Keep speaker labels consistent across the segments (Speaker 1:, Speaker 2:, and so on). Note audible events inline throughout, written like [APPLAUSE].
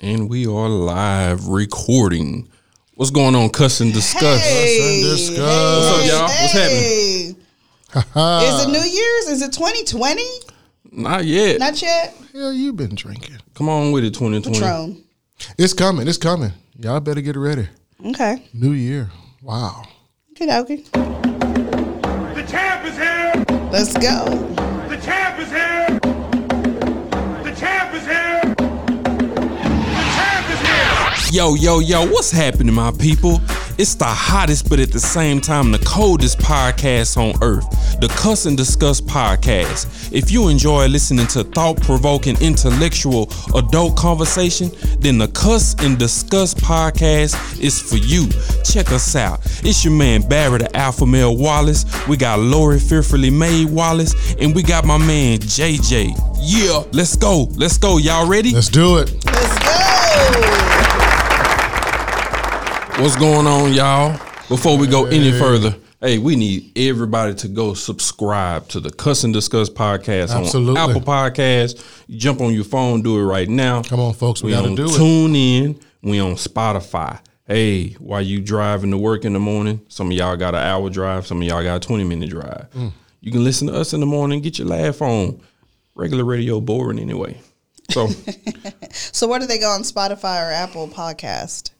Speaker 1: And we are live recording. What's going on, Cuss and Discuss?
Speaker 2: Hey,
Speaker 3: Cuss and discuss.
Speaker 1: What's up, y'all? What's
Speaker 2: hey.
Speaker 3: Ha
Speaker 2: Is it New Year's? Is it 2020?
Speaker 1: Not yet.
Speaker 2: Not yet.
Speaker 3: hell you been drinking?
Speaker 1: Come on with it, 2020.
Speaker 2: Patron.
Speaker 3: It's coming. It's coming. Y'all better get ready.
Speaker 2: Okay.
Speaker 3: New year. Wow.
Speaker 2: Good okay.
Speaker 4: The champ is here!
Speaker 2: Let's go.
Speaker 4: The champ is here! The champ is here! The champ is here!
Speaker 1: Yo, yo, yo, what's happening, my people? It's the hottest, but at the same time, the coldest podcast on earth the Cuss and Discuss podcast. If you enjoy listening to thought provoking, intellectual, adult conversation, then the Cuss and Discuss podcast is for you. Check us out. It's your man, Barry the Alpha Male Wallace. We got Lori Fearfully Made Wallace, and we got my man, JJ. Yeah, let's go. Let's go. Y'all ready?
Speaker 3: Let's do it.
Speaker 2: Let's go.
Speaker 1: What's going on, y'all? Before we go any further, hey, we need everybody to go subscribe to the Cuss and Discuss podcast
Speaker 3: Absolutely.
Speaker 1: on Apple Podcasts. You jump on your phone, do it right now.
Speaker 3: Come on, folks. We,
Speaker 1: we
Speaker 3: gotta
Speaker 1: on
Speaker 3: do it.
Speaker 1: Tune in. We on Spotify. Hey, while you driving to work in the morning, some of y'all got an hour drive, some of y'all got a 20 minute drive.
Speaker 3: Mm.
Speaker 1: You can listen to us in the morning, get your laugh on. Regular radio boring anyway.
Speaker 3: [LAUGHS]
Speaker 1: So
Speaker 2: So where do they go on Spotify or Apple Podcast?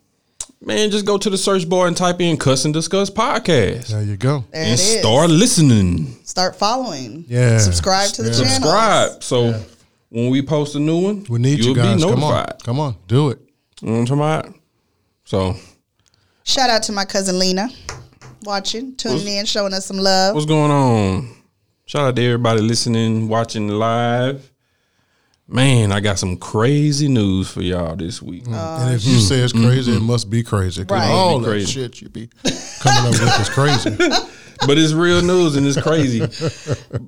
Speaker 1: man, just go to the search bar and type in Cuss and Discuss Podcast.
Speaker 3: There you go.
Speaker 2: There
Speaker 1: and
Speaker 2: it is.
Speaker 1: start listening.
Speaker 2: Start following.
Speaker 3: Yeah.
Speaker 2: Subscribe to the
Speaker 3: Yeah.
Speaker 2: channel.
Speaker 1: Subscribe. So when we post a new one,
Speaker 3: We need you
Speaker 1: you'll
Speaker 3: guys.
Speaker 1: be
Speaker 3: Come on.
Speaker 1: notified.
Speaker 3: Come on. Do it.
Speaker 1: You know what I'm talking about? So
Speaker 2: Shout out to my cousin Lena. Watching, tuning in, showing us some love.
Speaker 1: what's going on? Shout out to everybody listening, watching live. Man, I got some crazy news for y'all this week.
Speaker 3: and if you say it's crazy, it must be crazy. 'cause
Speaker 2: Right.
Speaker 3: All
Speaker 1: Uh, mm-hmm. Be
Speaker 3: that
Speaker 1: crazy.
Speaker 3: shit you be coming up with
Speaker 1: [LAUGHS]
Speaker 3: is crazy.
Speaker 1: but it's real news and it's crazy.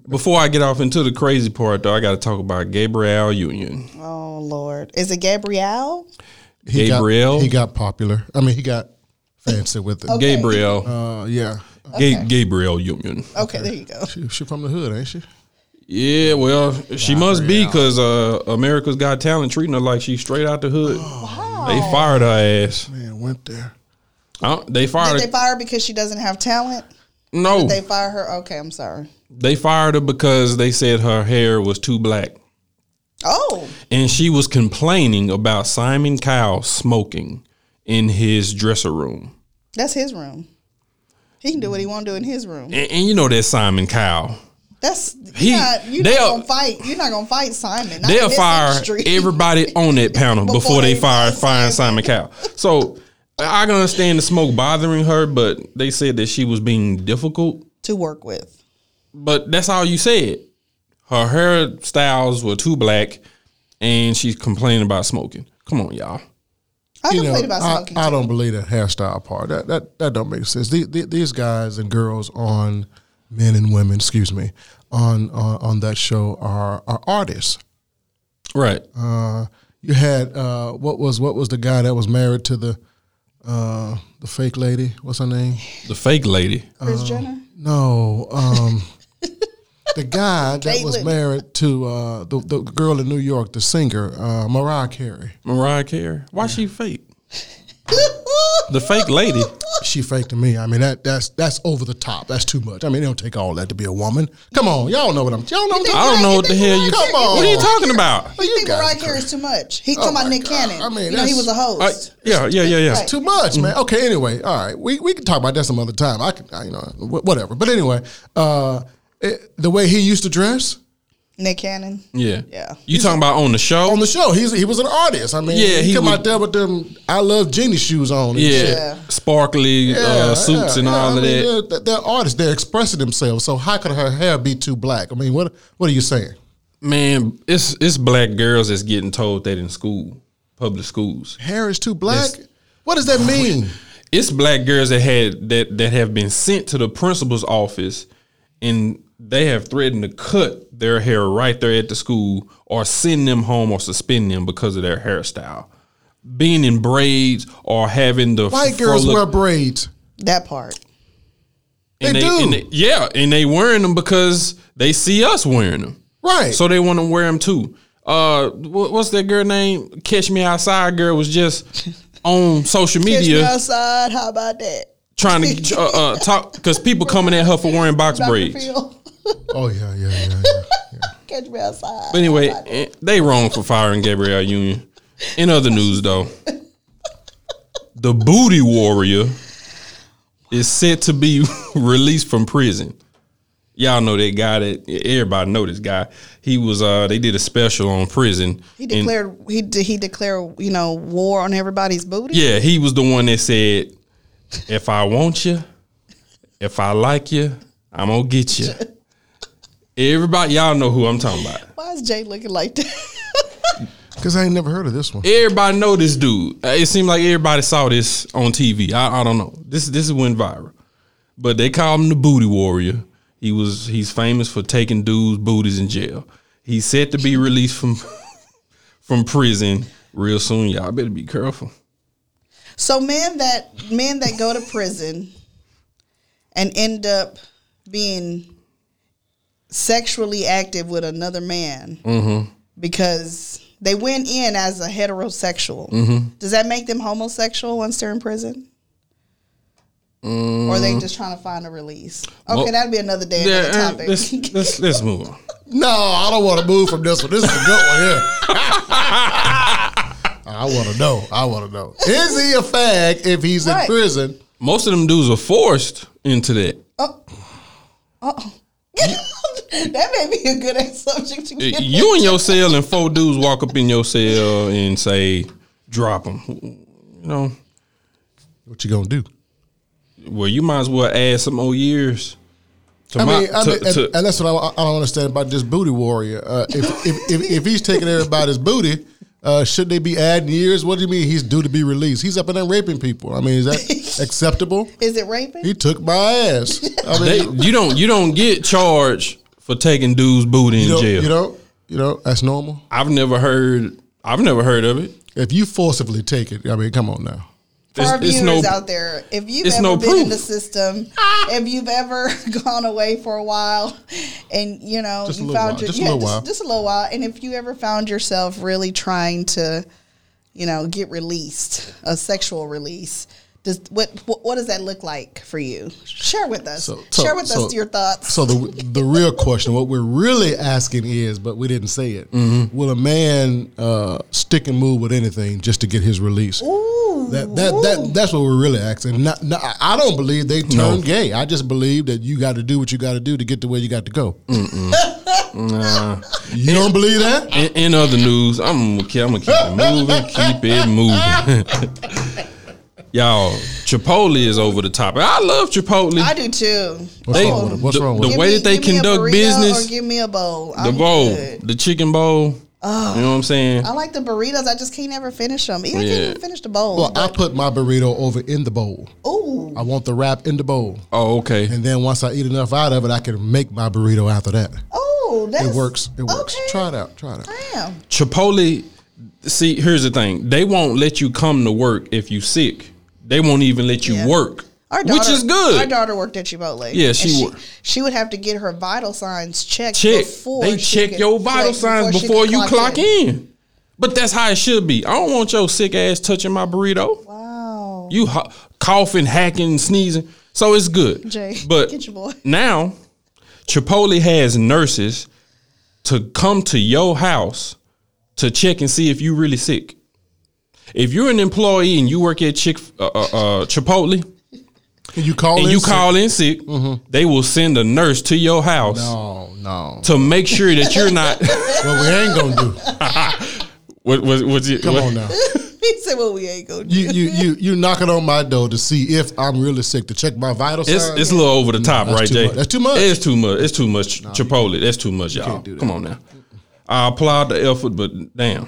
Speaker 1: Before I get off into the crazy part though, I gotta talk about Gabrielle Union.
Speaker 2: Oh Lord. Is it Gabrielle?
Speaker 3: He
Speaker 1: Gabriel?
Speaker 3: Got, he got popular. I mean, he got fancy with it.
Speaker 1: Gabrielle.
Speaker 3: Uh, yeah.
Speaker 1: Ga- Gabrielle Union.
Speaker 2: Okay, there you go.
Speaker 3: She, she from the hood, ain't she?
Speaker 1: Yeah, well, she must be because uh, America's Got Talent treating her like she's straight out the hood. They fired her ass.
Speaker 3: Man, went there.
Speaker 1: Uh, they fired
Speaker 2: Did they
Speaker 1: her.
Speaker 2: fire her because she doesn't have talent?
Speaker 1: no, they,
Speaker 2: They fire her. Okay, I'm sorry.
Speaker 1: fired her because they said her hair was too black.
Speaker 2: Oh,
Speaker 1: And she was complaining about Simon Cowell smoking in his dresser room.
Speaker 2: that's his room. He can do what he want to do in his room.
Speaker 1: And, and you know that Simon Cowell.
Speaker 2: That's
Speaker 1: He-
Speaker 2: you're not, you're not
Speaker 1: they'll-
Speaker 2: gonna fight. You're not gonna fight Simon. Not in
Speaker 1: They'll
Speaker 2: this
Speaker 1: fire
Speaker 2: industry. [LAUGHS]
Speaker 1: everybody on that panel before,
Speaker 2: Before
Speaker 1: they
Speaker 2: they
Speaker 1: fire
Speaker 2: fire
Speaker 1: fire Simon Cowell. So I can understand the smoke bothering her, but they said that she was being difficult.
Speaker 2: to work with.
Speaker 1: But that's all you said. Her hairstyles were too black, and she's complaining about smoking. Come on, y'all.
Speaker 2: I
Speaker 3: you know,
Speaker 2: complained about
Speaker 3: I-
Speaker 2: smoking.
Speaker 3: I, don't believe that hairstyle part. That that that don't make sense. These, these guys and girls on men and women, excuse me, on on, on that show are are artists.
Speaker 1: Right.
Speaker 3: Uh, you had uh, what was what was the guy that was married to the uh, the fake lady? What's her name?
Speaker 1: The fake lady.
Speaker 3: uh,
Speaker 2: Chris
Speaker 3: [LAUGHS]
Speaker 2: Jenner.
Speaker 3: No,
Speaker 2: [LAUGHS]
Speaker 3: um, the guy that was
Speaker 2: Caitlyn.
Speaker 3: married to uh, the the girl in New York, the singer uh, Mariah Carey.
Speaker 1: Mariah Carey. Why she fake? The fake
Speaker 2: [LAUGHS]
Speaker 1: lady.
Speaker 3: She faked to me. I mean that that's that's over the top. That's too much. I mean, it don't take all that to be a woman. Come on, y'all know what I'm. Y'all know. What I'm
Speaker 1: I don't know what the hell you.
Speaker 3: Come on.
Speaker 1: What are you
Speaker 2: Oh.
Speaker 1: talking about?
Speaker 2: You
Speaker 3: you
Speaker 2: think
Speaker 3: guys
Speaker 2: Mariah
Speaker 3: are
Speaker 2: Carey is too much? He's talking about
Speaker 3: my
Speaker 2: Nick
Speaker 3: God.
Speaker 2: Cannon.
Speaker 3: I mean,
Speaker 2: you know, he
Speaker 3: that's-
Speaker 2: was a
Speaker 1: I,
Speaker 2: host.
Speaker 1: Uh, yeah, yeah, yeah, yeah.
Speaker 2: Right.
Speaker 3: too much, man.
Speaker 1: Mm-hmm.
Speaker 3: Okay, anyway, all right. We we can talk about that some other time. I can, I, you know, wh- whatever. But anyway, uh, it, the way he used to dress
Speaker 2: Nick Cannon.
Speaker 1: Yeah.
Speaker 2: Yeah.
Speaker 1: You talking about on the show?
Speaker 3: on the show, he's he was an artist. I mean,
Speaker 1: Yeah,
Speaker 3: he,
Speaker 1: he
Speaker 3: come
Speaker 1: would-
Speaker 3: out there with them I love Genie shoes on. And
Speaker 1: yeah.
Speaker 3: shit.
Speaker 2: Yeah.
Speaker 1: Sparkly uh, suits and
Speaker 3: yeah,
Speaker 1: all
Speaker 3: I
Speaker 1: of
Speaker 3: mean,
Speaker 1: that.
Speaker 3: they're- They're, they're artists. They're expressing themselves. So how could her hair be too black? I mean, what what are you saying?
Speaker 1: Man, it's it's black girls that's getting told that in school, public schools.
Speaker 3: Hair is too black. what
Speaker 1: [LAUGHS]
Speaker 3: does that mean?
Speaker 1: It's black girls that had that that have been sent to the principal's office, and they have threatened to cut their hair right there at the school, or send them home, or suspend them because of their hairstyle, being in braids or having the
Speaker 3: White girls
Speaker 1: frolla-
Speaker 3: wear braids.
Speaker 2: That part.
Speaker 1: and
Speaker 3: they do.
Speaker 1: and yeah, and they wearing them because they see us wearing them.
Speaker 3: Right.
Speaker 1: So they want to wear them too. uh, wha- what's that girl name? Catch Me Outside girl was
Speaker 3: [LAUGHS]
Speaker 1: just on social
Speaker 2: Catch me
Speaker 1: media
Speaker 2: outside. How about that?
Speaker 1: trying to uh, uh, talk because people coming at her for wearing box braids.
Speaker 2: Phil. [LAUGHS]
Speaker 3: Oh yeah, yeah, yeah, yeah.
Speaker 2: Catch me outside.
Speaker 1: But anyway, eh, they wrong for firing Gabrielle Union. In other news, though, the Booty Warrior is set to be [LAUGHS] released from prison. Y'all know that guy that everybody know this guy. He was uh they did a special on prison.
Speaker 2: he
Speaker 1: and-
Speaker 2: declared he did he declare you know war on everybody's booty.
Speaker 1: yeah, he was the one that said, "If I want you, if I like you, I'm gonna get you." Everybody, y'all know who I'm talking about.
Speaker 2: Why is Jay looking like that? [LAUGHS]
Speaker 3: Because I ain't never heard of this one.
Speaker 1: everybody know this dude. Uh, It seemed like everybody saw this on TV. I, I don't know. This this went viral, but they call him the Booty Warrior. He was he's famous for taking dudes' booties in jail. He's set to be released from [LAUGHS] from prison real soon. Y'all better be careful.
Speaker 2: So men that men that go to prison and end up being sexually active with another man
Speaker 1: Mm-hmm.
Speaker 2: because they went in as a heterosexual.
Speaker 1: Mm-hmm.
Speaker 2: Does that make them homosexual once they're in prison? Or are they just trying to find a release? Okay,
Speaker 1: Mm. Well,
Speaker 2: that'd be another day,
Speaker 1: Yeah,
Speaker 2: another
Speaker 1: uh,
Speaker 2: topic.
Speaker 1: let's, let's let's move on.
Speaker 3: No, I don't want to move from this one. This is a good one here. [LAUGHS] I want to know. I want to know. Is he a fag if he's in
Speaker 2: Right.
Speaker 3: prison?
Speaker 1: Most of them dudes are forced into
Speaker 3: [LAUGHS]
Speaker 1: that.
Speaker 2: [LAUGHS] that may be a good [LAUGHS] ass subject to get.
Speaker 1: You in your cell and four dudes walk up in your cell and say, "Drop them." You know.
Speaker 3: What you gonna do?
Speaker 1: Well, you might as well add some more years. To
Speaker 3: I
Speaker 1: my,
Speaker 3: mean, I
Speaker 1: to-
Speaker 3: mean and,
Speaker 1: to-
Speaker 3: and that's what I, I don't understand about this booty warrior. Uh, if, if, if if he's taking everybody's booty, uh, should they be adding years? What do you mean he's due to be released? He's up in there raping people. I mean, is that acceptable?
Speaker 2: Is it raping?
Speaker 3: He took my ass. I mean,
Speaker 1: they, you don't you don't get charged for taking dudes' booty in
Speaker 3: you know,
Speaker 1: jail.
Speaker 3: you know, you know, that's normal.
Speaker 1: I've never heard I've never heard of it.
Speaker 3: If you forcibly take it, I mean, come on now.
Speaker 2: for
Speaker 1: It's-
Speaker 2: our
Speaker 1: it's
Speaker 2: viewers
Speaker 1: no-
Speaker 2: out there, if you've
Speaker 1: it's
Speaker 2: ever
Speaker 1: no
Speaker 2: been in
Speaker 1: proof.
Speaker 2: the system,
Speaker 1: [LAUGHS]
Speaker 2: if you've ever [LAUGHS] gone away for a while, and you know
Speaker 3: Just a
Speaker 2: you
Speaker 3: little
Speaker 2: found
Speaker 3: while,
Speaker 2: your
Speaker 3: just a
Speaker 2: yeah,
Speaker 3: little
Speaker 2: just,
Speaker 3: while.
Speaker 2: just a little while, and if you ever found yourself really trying to, you know, get released, a sexual release. Does, what, what what does that look like for you? Share with us.
Speaker 3: So- so-
Speaker 2: Share with
Speaker 3: so-
Speaker 2: us your thoughts.
Speaker 3: So the the real question, what we're really asking is, but we didn't say it.
Speaker 1: Mm-hmm.
Speaker 3: Will a man uh, stick and move with anything just to get his release?
Speaker 2: Ooh,
Speaker 3: That, that that that's what we're really asking. Not, not, I- I don't believe they turned gay. I just believe that you got to do what you got to do to get to where you got to go. You don't believe that?
Speaker 1: In, in other news, I'm gonna keep, I'm gonna keep it
Speaker 3: [LAUGHS]
Speaker 1: moving, keep it moving. [LAUGHS] Y'all, Chipotle is over the top. I love Chipotle.
Speaker 2: I do too.
Speaker 3: What's
Speaker 1: They-
Speaker 3: wrong with it? What's
Speaker 1: the-
Speaker 3: wrong
Speaker 1: the
Speaker 3: with it?
Speaker 1: way that they
Speaker 2: me a
Speaker 1: conduct
Speaker 2: burrito
Speaker 1: business-
Speaker 2: Or give me a bowl.
Speaker 1: the
Speaker 2: I'm
Speaker 1: bowl,
Speaker 2: good. Oh.
Speaker 1: the chicken bowl. you know what I'm saying?
Speaker 2: I like the burritos. I just can't ever finish them. I can't
Speaker 1: Yeah.
Speaker 2: even finish the bowl.
Speaker 3: Well, I put my burrito over in the bowl.
Speaker 2: Ooh,
Speaker 3: I want the wrap in the bowl,
Speaker 1: oh, okay.
Speaker 3: and then once I eat enough out of it, I can make my burrito after that.
Speaker 2: oh, that's
Speaker 3: It works. It works.
Speaker 2: Okay.
Speaker 3: Try it out. Try it out.
Speaker 2: Damn.
Speaker 1: Chipotle. See, here's the thing. They won't let you come to work if you sick. They won't even let you
Speaker 2: Yeah.
Speaker 1: work,
Speaker 2: Our daughter,
Speaker 1: which is good.
Speaker 2: Our daughter worked at Chipotle.
Speaker 1: Yeah,
Speaker 2: And
Speaker 1: she
Speaker 2: she,
Speaker 1: wor-
Speaker 2: she would have to get her vital signs checked.
Speaker 1: check.
Speaker 2: Before
Speaker 1: they
Speaker 2: she
Speaker 1: check
Speaker 2: could-
Speaker 1: your vital
Speaker 2: like,
Speaker 1: signs
Speaker 2: she
Speaker 1: before
Speaker 2: could
Speaker 1: you clock in. But that's how it should be. I don't want your sick ass touching my burrito.
Speaker 2: Wow.
Speaker 1: You ho- coughing, hacking, sneezing. So it's good.
Speaker 2: Jay,
Speaker 1: but
Speaker 2: [LAUGHS] get your boy.
Speaker 1: now Chipotle has nurses to come to your house to check and see if you really sick. If you're an employee and you work at Chick uh, uh, uh, Chipotle
Speaker 3: And you call.
Speaker 1: and
Speaker 3: in
Speaker 1: you
Speaker 3: sick.
Speaker 1: call in sick, they will send a nurse to your house
Speaker 3: Mm-hmm.
Speaker 1: [LAUGHS]
Speaker 3: No, no.
Speaker 1: to make sure that you're
Speaker 3: [LAUGHS]
Speaker 1: not.
Speaker 3: What we ain't gonna do?
Speaker 1: What was was it?
Speaker 3: Come
Speaker 1: what-
Speaker 3: on now.
Speaker 2: He said, "Well, we ain't gonna." do
Speaker 3: You you you you knocking on my door to see if I'm really sick to check my vital
Speaker 1: It's
Speaker 3: signs.
Speaker 1: it's a little over the top,
Speaker 3: that's
Speaker 1: right,
Speaker 3: too
Speaker 1: Jay?
Speaker 3: much. That's too much.
Speaker 1: It's too much. It's too much. Chipotle. That's too much, y'all.
Speaker 3: do that.
Speaker 1: Come on now. I applaud the effort, but damn,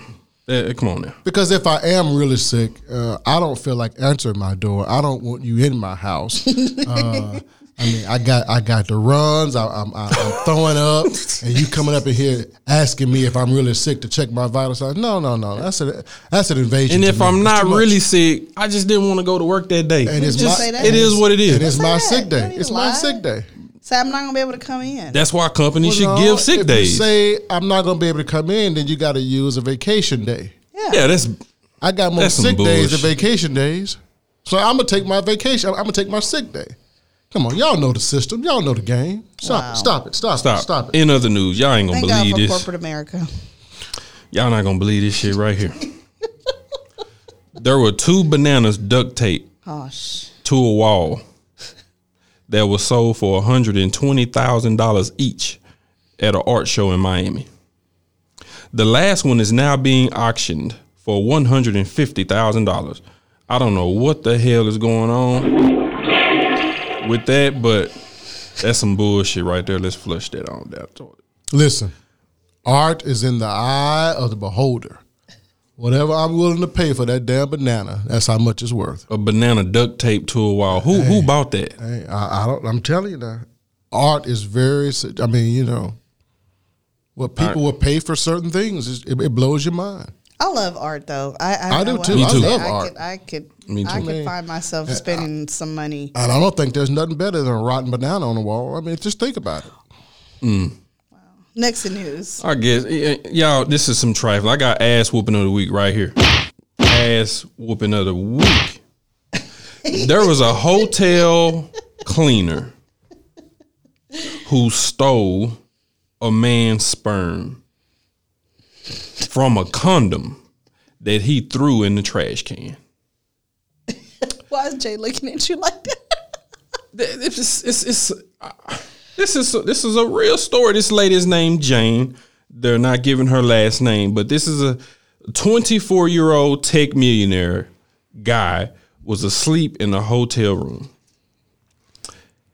Speaker 1: Eh, come on now.
Speaker 3: because if I am really sick, uh, I don't feel like answering my door. I don't want you in
Speaker 2: [LAUGHS]
Speaker 3: my house. Uh, I mean, I got I got the runs. I, I'm I, I'm throwing up, and you coming up in here asking me if I'm really sick to check my vital signs. No, no, no. That's a that's an invasion.
Speaker 1: And
Speaker 3: to
Speaker 1: if
Speaker 3: me.
Speaker 1: I'm
Speaker 3: It's
Speaker 1: not
Speaker 3: too much.
Speaker 1: really sick, I just didn't want to go to work that day.
Speaker 3: And it's
Speaker 1: Just-
Speaker 3: my-
Speaker 1: it is what it
Speaker 3: and
Speaker 1: is.
Speaker 3: it's my
Speaker 2: that?
Speaker 3: sick
Speaker 2: Don't
Speaker 3: day.
Speaker 2: even
Speaker 3: It's my
Speaker 2: lie.
Speaker 3: sick day.
Speaker 2: it. Say I'm not gonna be able to come in.
Speaker 1: That's why companies
Speaker 3: Well,
Speaker 1: should
Speaker 3: no,
Speaker 1: give sick
Speaker 3: if
Speaker 1: days.
Speaker 3: You say I'm not going to be able to come in, then you got to use a vacation day.
Speaker 2: yeah.
Speaker 1: yeah, that's
Speaker 3: I got more
Speaker 1: That's some
Speaker 3: sick days than
Speaker 1: bullshit.
Speaker 3: vacation days, so I'm gonna take my vacation. I'm gonna take my sick day. Come on, y'all know the system. Y'all know the game. Stop
Speaker 2: Wow.
Speaker 3: it. Stop it. Stop,
Speaker 1: stop.
Speaker 3: it. Stop it.
Speaker 1: In other news, y'all ain't gonna
Speaker 2: Thank God
Speaker 1: believe
Speaker 2: for
Speaker 1: this.
Speaker 2: corporate America.
Speaker 1: Y'all not gonna believe this shit right here. there were two bananas duct taped
Speaker 2: Gosh.
Speaker 1: to a wall that was sold for $120,000 each at an art show in Miami. The last one is now being auctioned for $150,000. I don't know what the hell is going on with that, but that's some bullshit right there. Let's flush that on down the toilet.
Speaker 3: Listen, art is in the eye of the beholder. Whatever I'm willing to pay for that damn banana, that's how much it's worth.
Speaker 1: A banana duct tape to a wall. Who who bought that?
Speaker 3: Hey, I, I don't. I'm telling you that art is very. se- I mean, you know, what people will pay for certain things, is- it, it blows your mind.
Speaker 2: I love art though. I I,
Speaker 3: I do,
Speaker 2: I-
Speaker 3: too.
Speaker 1: Me
Speaker 2: I
Speaker 1: too.
Speaker 2: could-
Speaker 3: love
Speaker 2: I
Speaker 3: art.
Speaker 2: Could, I could.
Speaker 1: Me
Speaker 2: I
Speaker 1: too.
Speaker 2: could
Speaker 3: Man.
Speaker 2: find myself spending some money.
Speaker 3: And I don't think there's nothing better than a rotten banana on the wall. I mean, just think about it.
Speaker 2: Next to news.
Speaker 1: I guess y- y- y'all, this is some trifle. I got ass whooping of the week right here. Ass whooping of the week. There was a hotel cleaner who stole a man's sperm from a condom that he threw in the trash can.
Speaker 2: Why is Jay looking at you like that?
Speaker 1: Th- It's, it's, it's, uh, this is this is a real story. This lady is named Jane. They're not giving her last name, but this is a 24 year old tech millionaire guy was asleep in a hotel room.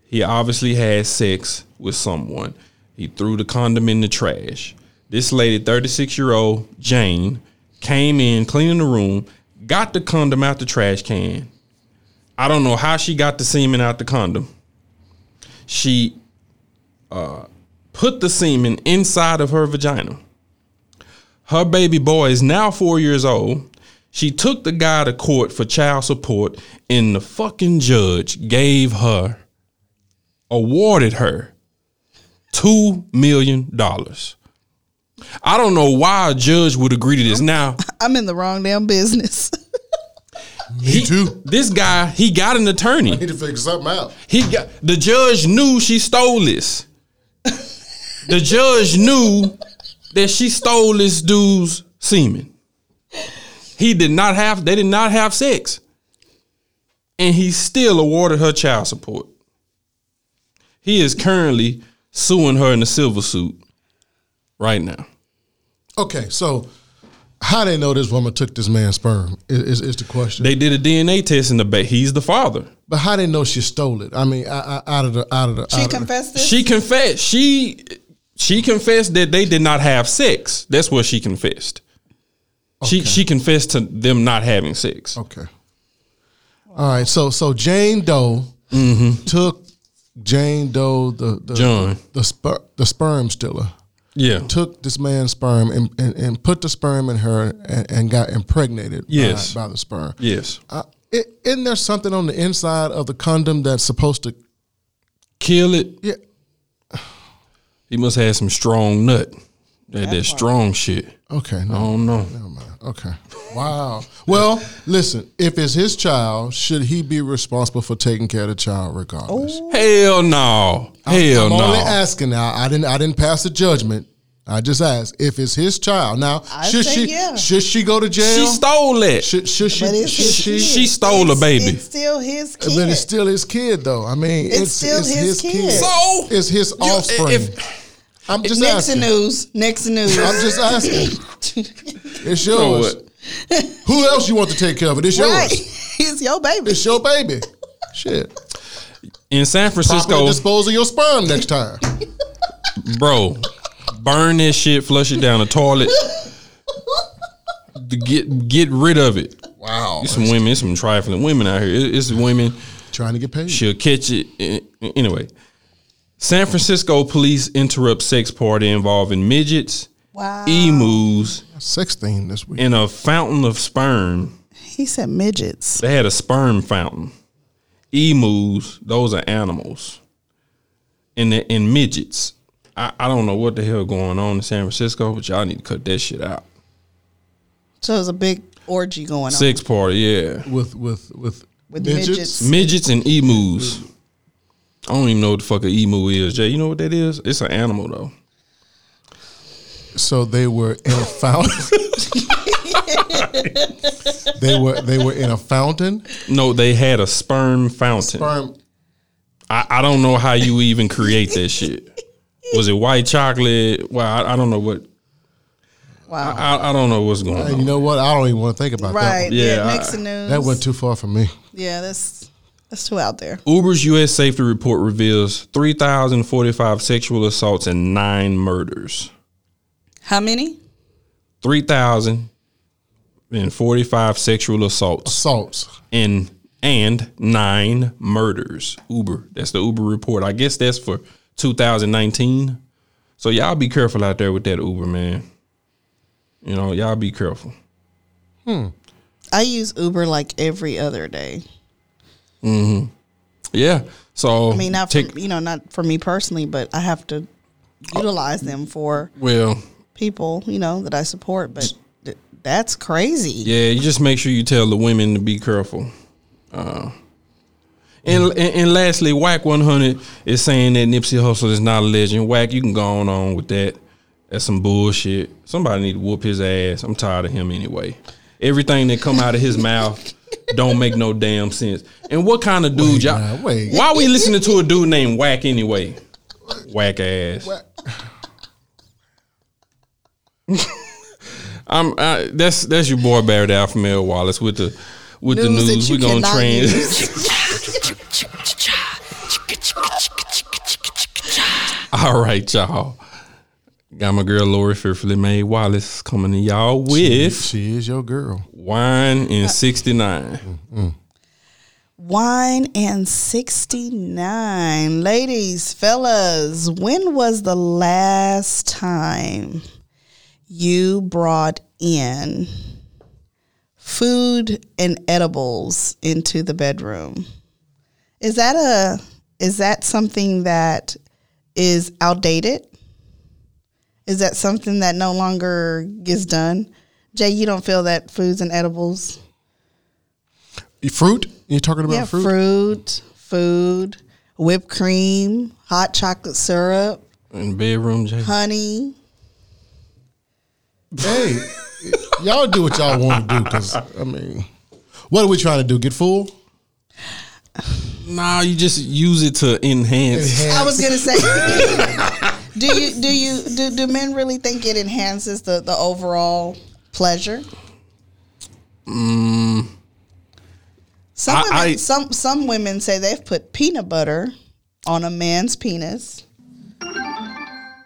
Speaker 1: He obviously had sex with someone. He threw the condom in the trash. This lady, 36 year old Jane, came in cleaning the room, got the condom out the trash can. I don't know how she got the semen out the condom. She uh, put the semen inside of her vagina. Her baby boy is now four years old. She took the guy to court for child support, and the fucking judge gave her, awarded her $2 million. I don't know why a judge would agree to this. Now,
Speaker 2: I'm in the wrong damn business. [LAUGHS]
Speaker 1: he,
Speaker 3: too.
Speaker 1: this guy, he got an attorney.
Speaker 3: Need to figure something out.
Speaker 1: He got the judge knew she stole this. the judge knew that she stole this dude's semen. He did not have they did not have sex. And he still awarded her child support. He is currently suing her in a civil suit right now.
Speaker 3: Okay, so how they know this woman took this man's sperm is, is, is the question.
Speaker 1: They did a DNA test in the back. He's the father.
Speaker 3: but how they know she stole it? I mean, I, I, out of the out of the.
Speaker 2: She
Speaker 3: out of the-
Speaker 2: confessed this.
Speaker 1: She confessed. She she confessed that they did not have sex. That's what she confessed. She she confessed to them not having sex.
Speaker 3: Okay. All right, so so Jane Doe took Jane Doe the
Speaker 1: Mm-hmm.
Speaker 3: the
Speaker 1: John.
Speaker 3: the, sper- the sperm stiller
Speaker 1: Yeah.
Speaker 3: took this man's sperm and, and, and put the sperm in her and, and got impregnated by-
Speaker 1: Yes.
Speaker 3: by, the sperm.
Speaker 1: yes.
Speaker 3: Uh, i- isn't there something on the inside of the condom that's supposed to?
Speaker 1: Kill it.
Speaker 3: Yeah,
Speaker 1: He must have some strong nut. That, that, strong shit.
Speaker 3: okay,
Speaker 1: I
Speaker 3: no,
Speaker 1: don't know.
Speaker 3: never mind. Okay, wow. Well, listen, if it's his child, should he be responsible for taking care of the child regardless?
Speaker 1: Hell no. Oh, Hell
Speaker 3: I'm
Speaker 1: no.
Speaker 3: only asking now. I didn't. I didn't pass a judgment. I just asked if it's his child. Now,
Speaker 2: I
Speaker 3: should
Speaker 2: say
Speaker 3: she
Speaker 2: yeah.
Speaker 3: should she go to jail?
Speaker 1: she stole it.
Speaker 3: should should
Speaker 2: But
Speaker 3: she
Speaker 2: it's
Speaker 3: should
Speaker 2: his
Speaker 3: she?
Speaker 2: kid.
Speaker 1: she stole a
Speaker 2: It's-
Speaker 1: baby.
Speaker 2: It's still his kid.
Speaker 3: But it's still his kid, though. I mean, it's,
Speaker 2: still
Speaker 3: it's
Speaker 2: his
Speaker 3: his,
Speaker 2: kid.
Speaker 3: kid.
Speaker 1: So?
Speaker 3: it's his
Speaker 1: You-
Speaker 3: offspring.
Speaker 1: if-
Speaker 3: I'm just
Speaker 2: Next
Speaker 3: asking.
Speaker 2: news. Next news.
Speaker 3: I'm just asking. It's
Speaker 1: know
Speaker 3: yours. Who else you want to take care of it?
Speaker 2: [LAUGHS]
Speaker 3: It's
Speaker 2: right. [LAUGHS]
Speaker 3: yours.
Speaker 2: It's your baby.
Speaker 3: It's your baby. Shit.
Speaker 1: In San
Speaker 3: Properly
Speaker 1: Francisco,
Speaker 3: dispose of your sperm
Speaker 2: [LAUGHS]
Speaker 3: next time.
Speaker 1: bro, burn that shit, flush it down the
Speaker 3: [LAUGHS]
Speaker 1: toilet. To get get rid of it.
Speaker 3: Wow.
Speaker 1: It's some women, it's some trifling women out here. It- It's women.
Speaker 3: Trying to get paid.
Speaker 1: She'll catch it. A- Anyway, San Francisco police interrupt sex party involving midgets,
Speaker 2: Wow.
Speaker 3: E
Speaker 1: emus,
Speaker 3: Sex thing this week.
Speaker 1: and a fountain of sperm.
Speaker 2: He said midgets.
Speaker 1: They had a sperm fountain. Emus, those are animals. and the, and midgets. I, I don't know what the hell going on in San Francisco, but y'all need to cut that shit out.
Speaker 2: So it was a big orgy going on.
Speaker 1: Six party, yeah.
Speaker 3: with with with,
Speaker 2: With midgets.
Speaker 1: Midgets and emus. I don't even know what the fuck an emu is, Jay. You know what that is? It's an animal though.
Speaker 3: So they were in
Speaker 2: [LAUGHS]
Speaker 3: a fountain. they were they were in a fountain.
Speaker 1: No, they had a sperm fountain.
Speaker 3: Sperm.
Speaker 1: I, I don't know how you even create that shit. Was it white chocolate? Well, I, I don't know what.
Speaker 3: Uh,
Speaker 2: Wow.
Speaker 1: I, I don't know what's going
Speaker 3: And you
Speaker 1: on.
Speaker 3: know what? I don't even want to think about
Speaker 2: Right.
Speaker 3: that.
Speaker 2: Yeah,
Speaker 1: Yeah,
Speaker 2: next to news.
Speaker 3: One. That went too far for me.
Speaker 2: yeah, that's that's too out there.
Speaker 1: Uber's U.S. safety report reveals 3,045 sexual assaults and nine murders.
Speaker 2: How many?
Speaker 1: 3,045 sexual assaults
Speaker 3: Salts.
Speaker 1: and and nine murders. Uber. That's the Uber report. I guess that's for 2019. So y'all be careful out there with that Uber, man. You know, y'all be careful.
Speaker 2: I use Uber like every other day.
Speaker 1: Yeah. So
Speaker 2: I mean, not for, you know, not for me personally, but I have to
Speaker 3: Oh.
Speaker 2: utilize them for
Speaker 1: well,
Speaker 2: people, you know, that I support. But th- that's crazy.
Speaker 1: yeah. You just make sure you tell the women to be careful. Uh, and, and and lastly, Whack 100 is saying that Nipsey Hussle is not a legend. Whack, you can go on, on with that. That's some bullshit. Somebody need to whoop his ass. I'm tired of him anyway. Everything that come out of his mouth don't make no damn sense. And what kind of dude
Speaker 3: Wait,
Speaker 1: y'all?
Speaker 3: now, wait.
Speaker 1: Why we listening to a dude named Whack anyway? Whack ass. I'm I, that's that's your boy Barrett Alpha Male Wallace with the with the
Speaker 2: News that
Speaker 1: news.
Speaker 2: you
Speaker 1: We're gonna
Speaker 2: cannot
Speaker 1: trans
Speaker 2: use.
Speaker 1: [LAUGHS] All right, y'all. Got my girl Lori Fearfully Made Wallace coming to y'all with
Speaker 3: She is your girl.
Speaker 1: Wine in 69.
Speaker 2: Wine and 69. Ladies, fellas, when was the last time you brought in food and edibles into the bedroom? Is that a is that something that is outdated? Is that something that no longer gets done? Jay, you don't feel that foods and edibles
Speaker 3: Fruit? You talking about
Speaker 2: yeah,
Speaker 3: fruit?
Speaker 2: fruit? food, whipped cream, hot chocolate syrup,
Speaker 1: In the bedroom, Jay.
Speaker 2: honey.
Speaker 3: [LAUGHS] Hey, y'all do what y'all want to do. Cause I mean, what are we trying to do? Get full?
Speaker 1: Nah, you just use it to enhance.
Speaker 2: I was gonna say, do you do you do, do men really think it enhances the the overall pleasure? Some
Speaker 1: I-
Speaker 2: women,
Speaker 1: I-
Speaker 2: some some women say they've put peanut butter on a man's penis,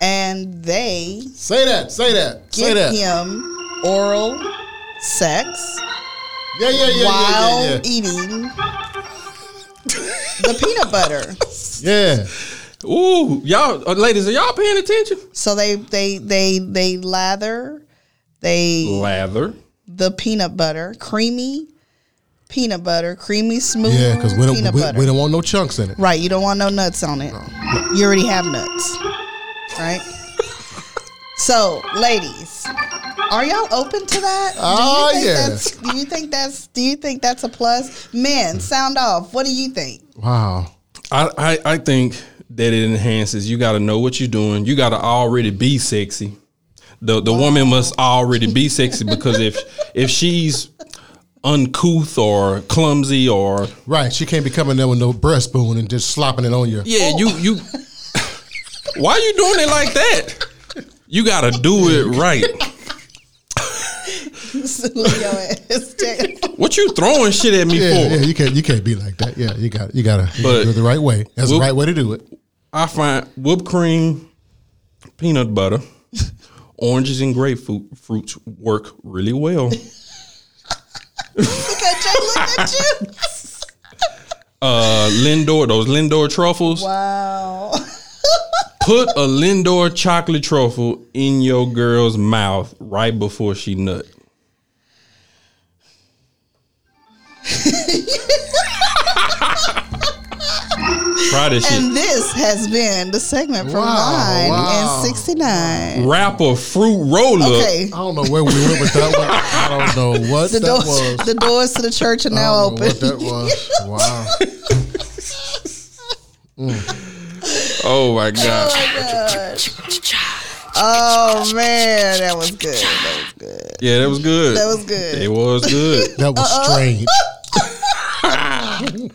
Speaker 2: and they
Speaker 3: Say that. Say that. Say
Speaker 2: give
Speaker 3: that.
Speaker 2: him oral sex.
Speaker 3: Yeah, yeah, yeah,
Speaker 2: while
Speaker 3: yeah, yeah, yeah.
Speaker 2: eating the peanut butter.
Speaker 3: Yeah.
Speaker 1: Ooh, y'all, uh, ladies, are y'all paying attention?
Speaker 2: So they they they they lather they
Speaker 1: Lather.
Speaker 2: the peanut butter creamy peanut butter creamy smooth
Speaker 3: Yeah, because we
Speaker 2: peanut
Speaker 3: don't we,
Speaker 2: butter.
Speaker 3: we don't want no chunks in it.
Speaker 2: right, you don't want no nuts on it. You already have nuts, right? so, ladies, are y'all open to that? Do you
Speaker 3: Oh,
Speaker 2: think
Speaker 3: yeah.
Speaker 2: that's- Do you think that's do you think that's a plus? Men, sound off. What do you think? [LAUGHS]
Speaker 3: Wow.
Speaker 1: I, I, I think that it enhances. You got to know what you're doing. You got to already be sexy. The the woman must already be sexy because if if she's uncouth or clumsy or
Speaker 3: Right. She can't be coming there with no breast spoon and just slopping it on you.
Speaker 1: yeah, you you why you doing it like that? You got to do it right.
Speaker 2: Leave your ass down.
Speaker 1: What you throwing shit at me
Speaker 3: Yeah,
Speaker 1: for?
Speaker 3: yeah, you can't you can't be like that. Yeah, you got you gotta you
Speaker 1: But-
Speaker 3: gotta do it the right way. That's
Speaker 1: Whoop.
Speaker 3: the right way to do it.
Speaker 1: I find whipped cream, peanut butter, oranges and grapefruit fruits work really well.
Speaker 2: Look at you, look at you.
Speaker 1: Uh, Lindor, those Lindor truffles.
Speaker 2: Wow.
Speaker 1: Put a Lindor chocolate truffle in your girl's mouth right before she
Speaker 2: [LAUGHS]
Speaker 1: nut. Try this shit.
Speaker 2: And this has been the segment from
Speaker 3: Wow,
Speaker 2: Line
Speaker 3: wow.
Speaker 2: and 69.
Speaker 1: Rapper Fruit Roller.
Speaker 2: Okay.
Speaker 3: I don't know where we went with that one. I don't know what
Speaker 2: The
Speaker 3: that
Speaker 2: doors,
Speaker 3: was.
Speaker 2: the doors to the church are
Speaker 3: I
Speaker 2: now
Speaker 3: don't know
Speaker 2: open.
Speaker 3: what
Speaker 2: [LAUGHS]
Speaker 3: that was. Wow.
Speaker 1: Oh my god.
Speaker 2: Oh man, that was good. That was good.
Speaker 1: Yeah, that was good.
Speaker 2: That was good.
Speaker 1: It was good.
Speaker 2: [LAUGHS]
Speaker 3: That was strange.
Speaker 1: All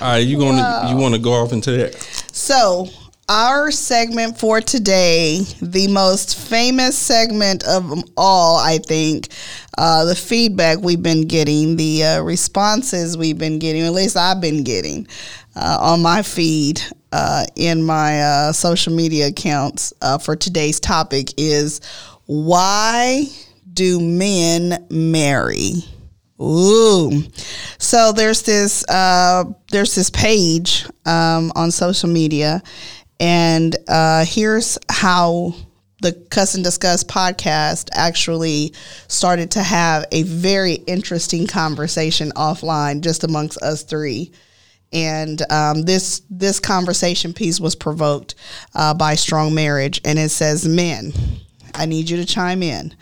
Speaker 1: right, you gonna you want to go off into that?
Speaker 2: So, our segment for today, the most famous segment of them all, I think, uh, the feedback we've been getting, the uh, responses we've been getting, at least I've been getting uh, on my feed uh, in my uh, social media accounts uh, for today's topic is why do men marry? Ooh. So there's this uh, there's this page um, on social media, and uh, here's how the Cuss and Discuss podcast actually started to have a very interesting conversation offline, just amongst us three. And um, this this conversation piece was provoked uh, by Strong Marriage, and it says, "Men, I need you to chime in."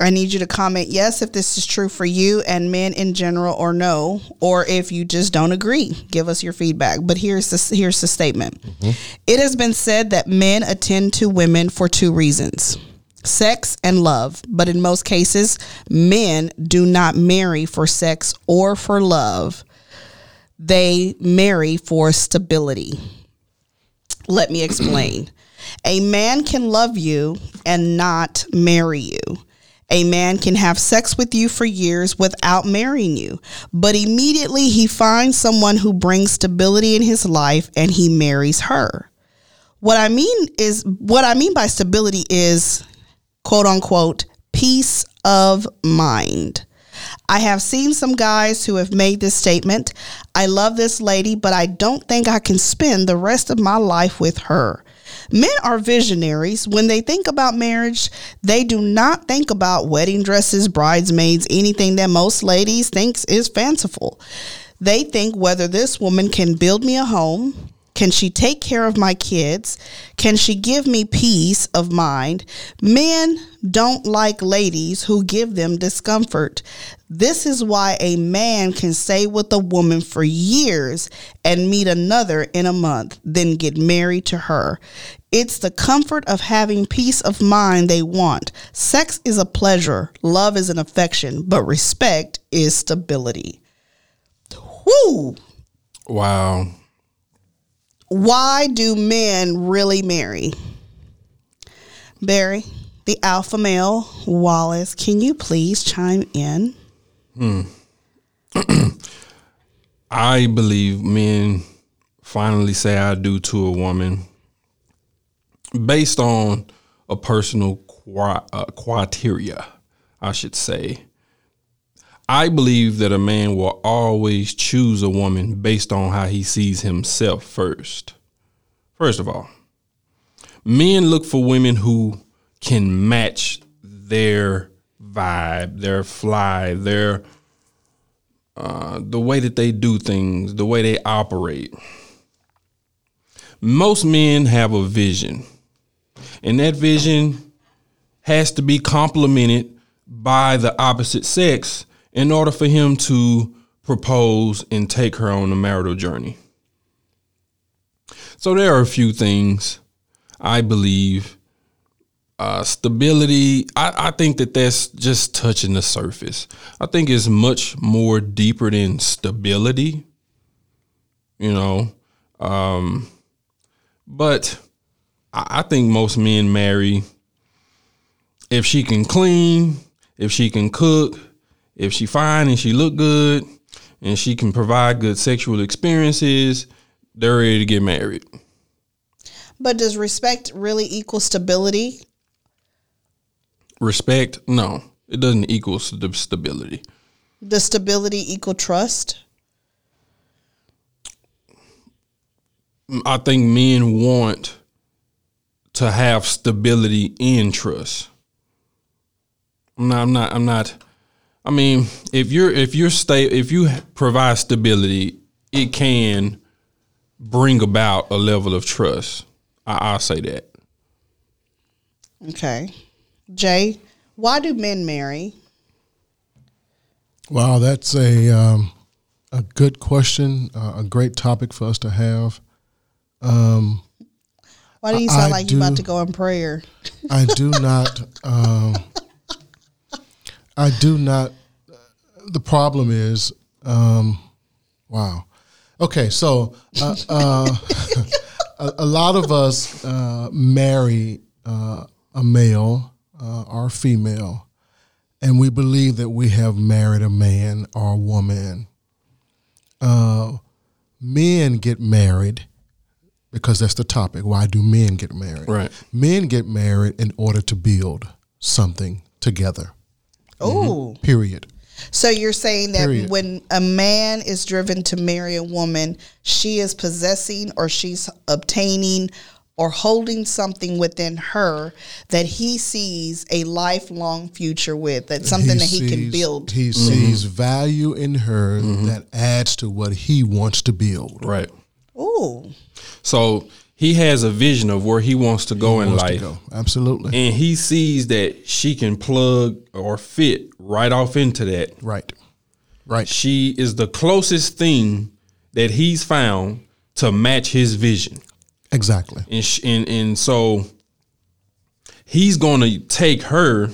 Speaker 2: I need you to comment yes if this is true for you and men in general or no or if you just don't agree. Give us your feedback. But here's the here's the statement. It has been said that men attend to women for two reasons. Sex and love, but in most cases, men do not marry for sex or for love. They marry for stability. Let me explain. A man can love you and not marry you. A man can have sex with you for years without marrying you, but immediately he finds someone who brings stability in his life and he marries her. What I mean is what I mean by stability is quote unquote peace of mind. I have seen some guys who have made this statement I love this lady, but I don't think I can spend the rest of my life with her. Men are visionaries. When they think about marriage, they do not think about wedding dresses, bridesmaids, anything that most ladies thinks is fanciful. They think whether this woman can build me a home, can she take care of my kids? Can she give me peace of mind? Men don't like ladies who give them discomfort. This is why a man can stay with a woman for years and meet another in a month, then get married to her. It's the comfort of having peace of mind they want. Sex is a pleasure, love is an affection, but respect is stability. Whoo!
Speaker 1: Wow.
Speaker 2: why do men really marry? Barry, the alpha male, Wallace, can you please chime in?
Speaker 1: I believe men finally say I do to a woman based on a personal qua- uh, criteria, I should say. I believe that a man will always choose a woman based on how he sees himself first. First of all, men look for women who can match their vibe, their fly, their the way that they do things, the way they operate. Most men have a vision, and that vision has to be complemented by the opposite sex in order for him to propose and take her on a marital journey. So there are a few things I believe. Uh, stability, I, I think that that's just touching the surface. I think it's much more deeper than stability, you know. Um, but I, I think most men marry if she can clean, if she can cook, if she fine and she look good, and she can provide good sexual experiences, they're ready to get married.
Speaker 2: But does respect really equal stability?
Speaker 1: Respect, no, it doesn't equal st- stability.
Speaker 2: Does stability equal trust?
Speaker 1: I think men want to have stability in trust. I'm not, I'm not, I'm not, I mean, if you're if you're sta- if you provide stability, it can bring about a level of trust. I, I'll say that.
Speaker 2: Okay. Jay, why do men marry?
Speaker 3: Wow, that's a um, a good question. Uh, a great topic for us to have.
Speaker 2: Why do you sound
Speaker 3: I
Speaker 2: like you about
Speaker 3: do-
Speaker 2: to go in prayer?
Speaker 3: I do not. Um, I do not. The problem is, um, wow. Okay, so uh, uh, [LAUGHS] a, a lot of us uh, marry uh, a male uh, or female, and we believe that we have married a man or a woman. Uh, men get married because that's the topic. Why do men get married?
Speaker 1: Right.
Speaker 3: Men get married in order to build something together.
Speaker 2: Oh.
Speaker 3: Period.
Speaker 2: So you're saying that
Speaker 3: Period.
Speaker 2: when a man is driven to marry a woman, she is possessing or she's obtaining or holding something within her that he sees a lifelong future with, that's something that he can
Speaker 3: sees-
Speaker 2: build.
Speaker 3: He sees value in her that adds to what he wants to build.
Speaker 1: Right.
Speaker 2: Ooh.
Speaker 1: So he has a vision of where he wants to go in
Speaker 3: Wants to
Speaker 1: life.
Speaker 3: go. Absolutely.
Speaker 1: And he sees that she can plug or fit right off into that.
Speaker 3: right. Right.
Speaker 1: She is the closest thing that he's found to match his vision.
Speaker 3: Exactly.
Speaker 1: and sh- and and so he's going to take her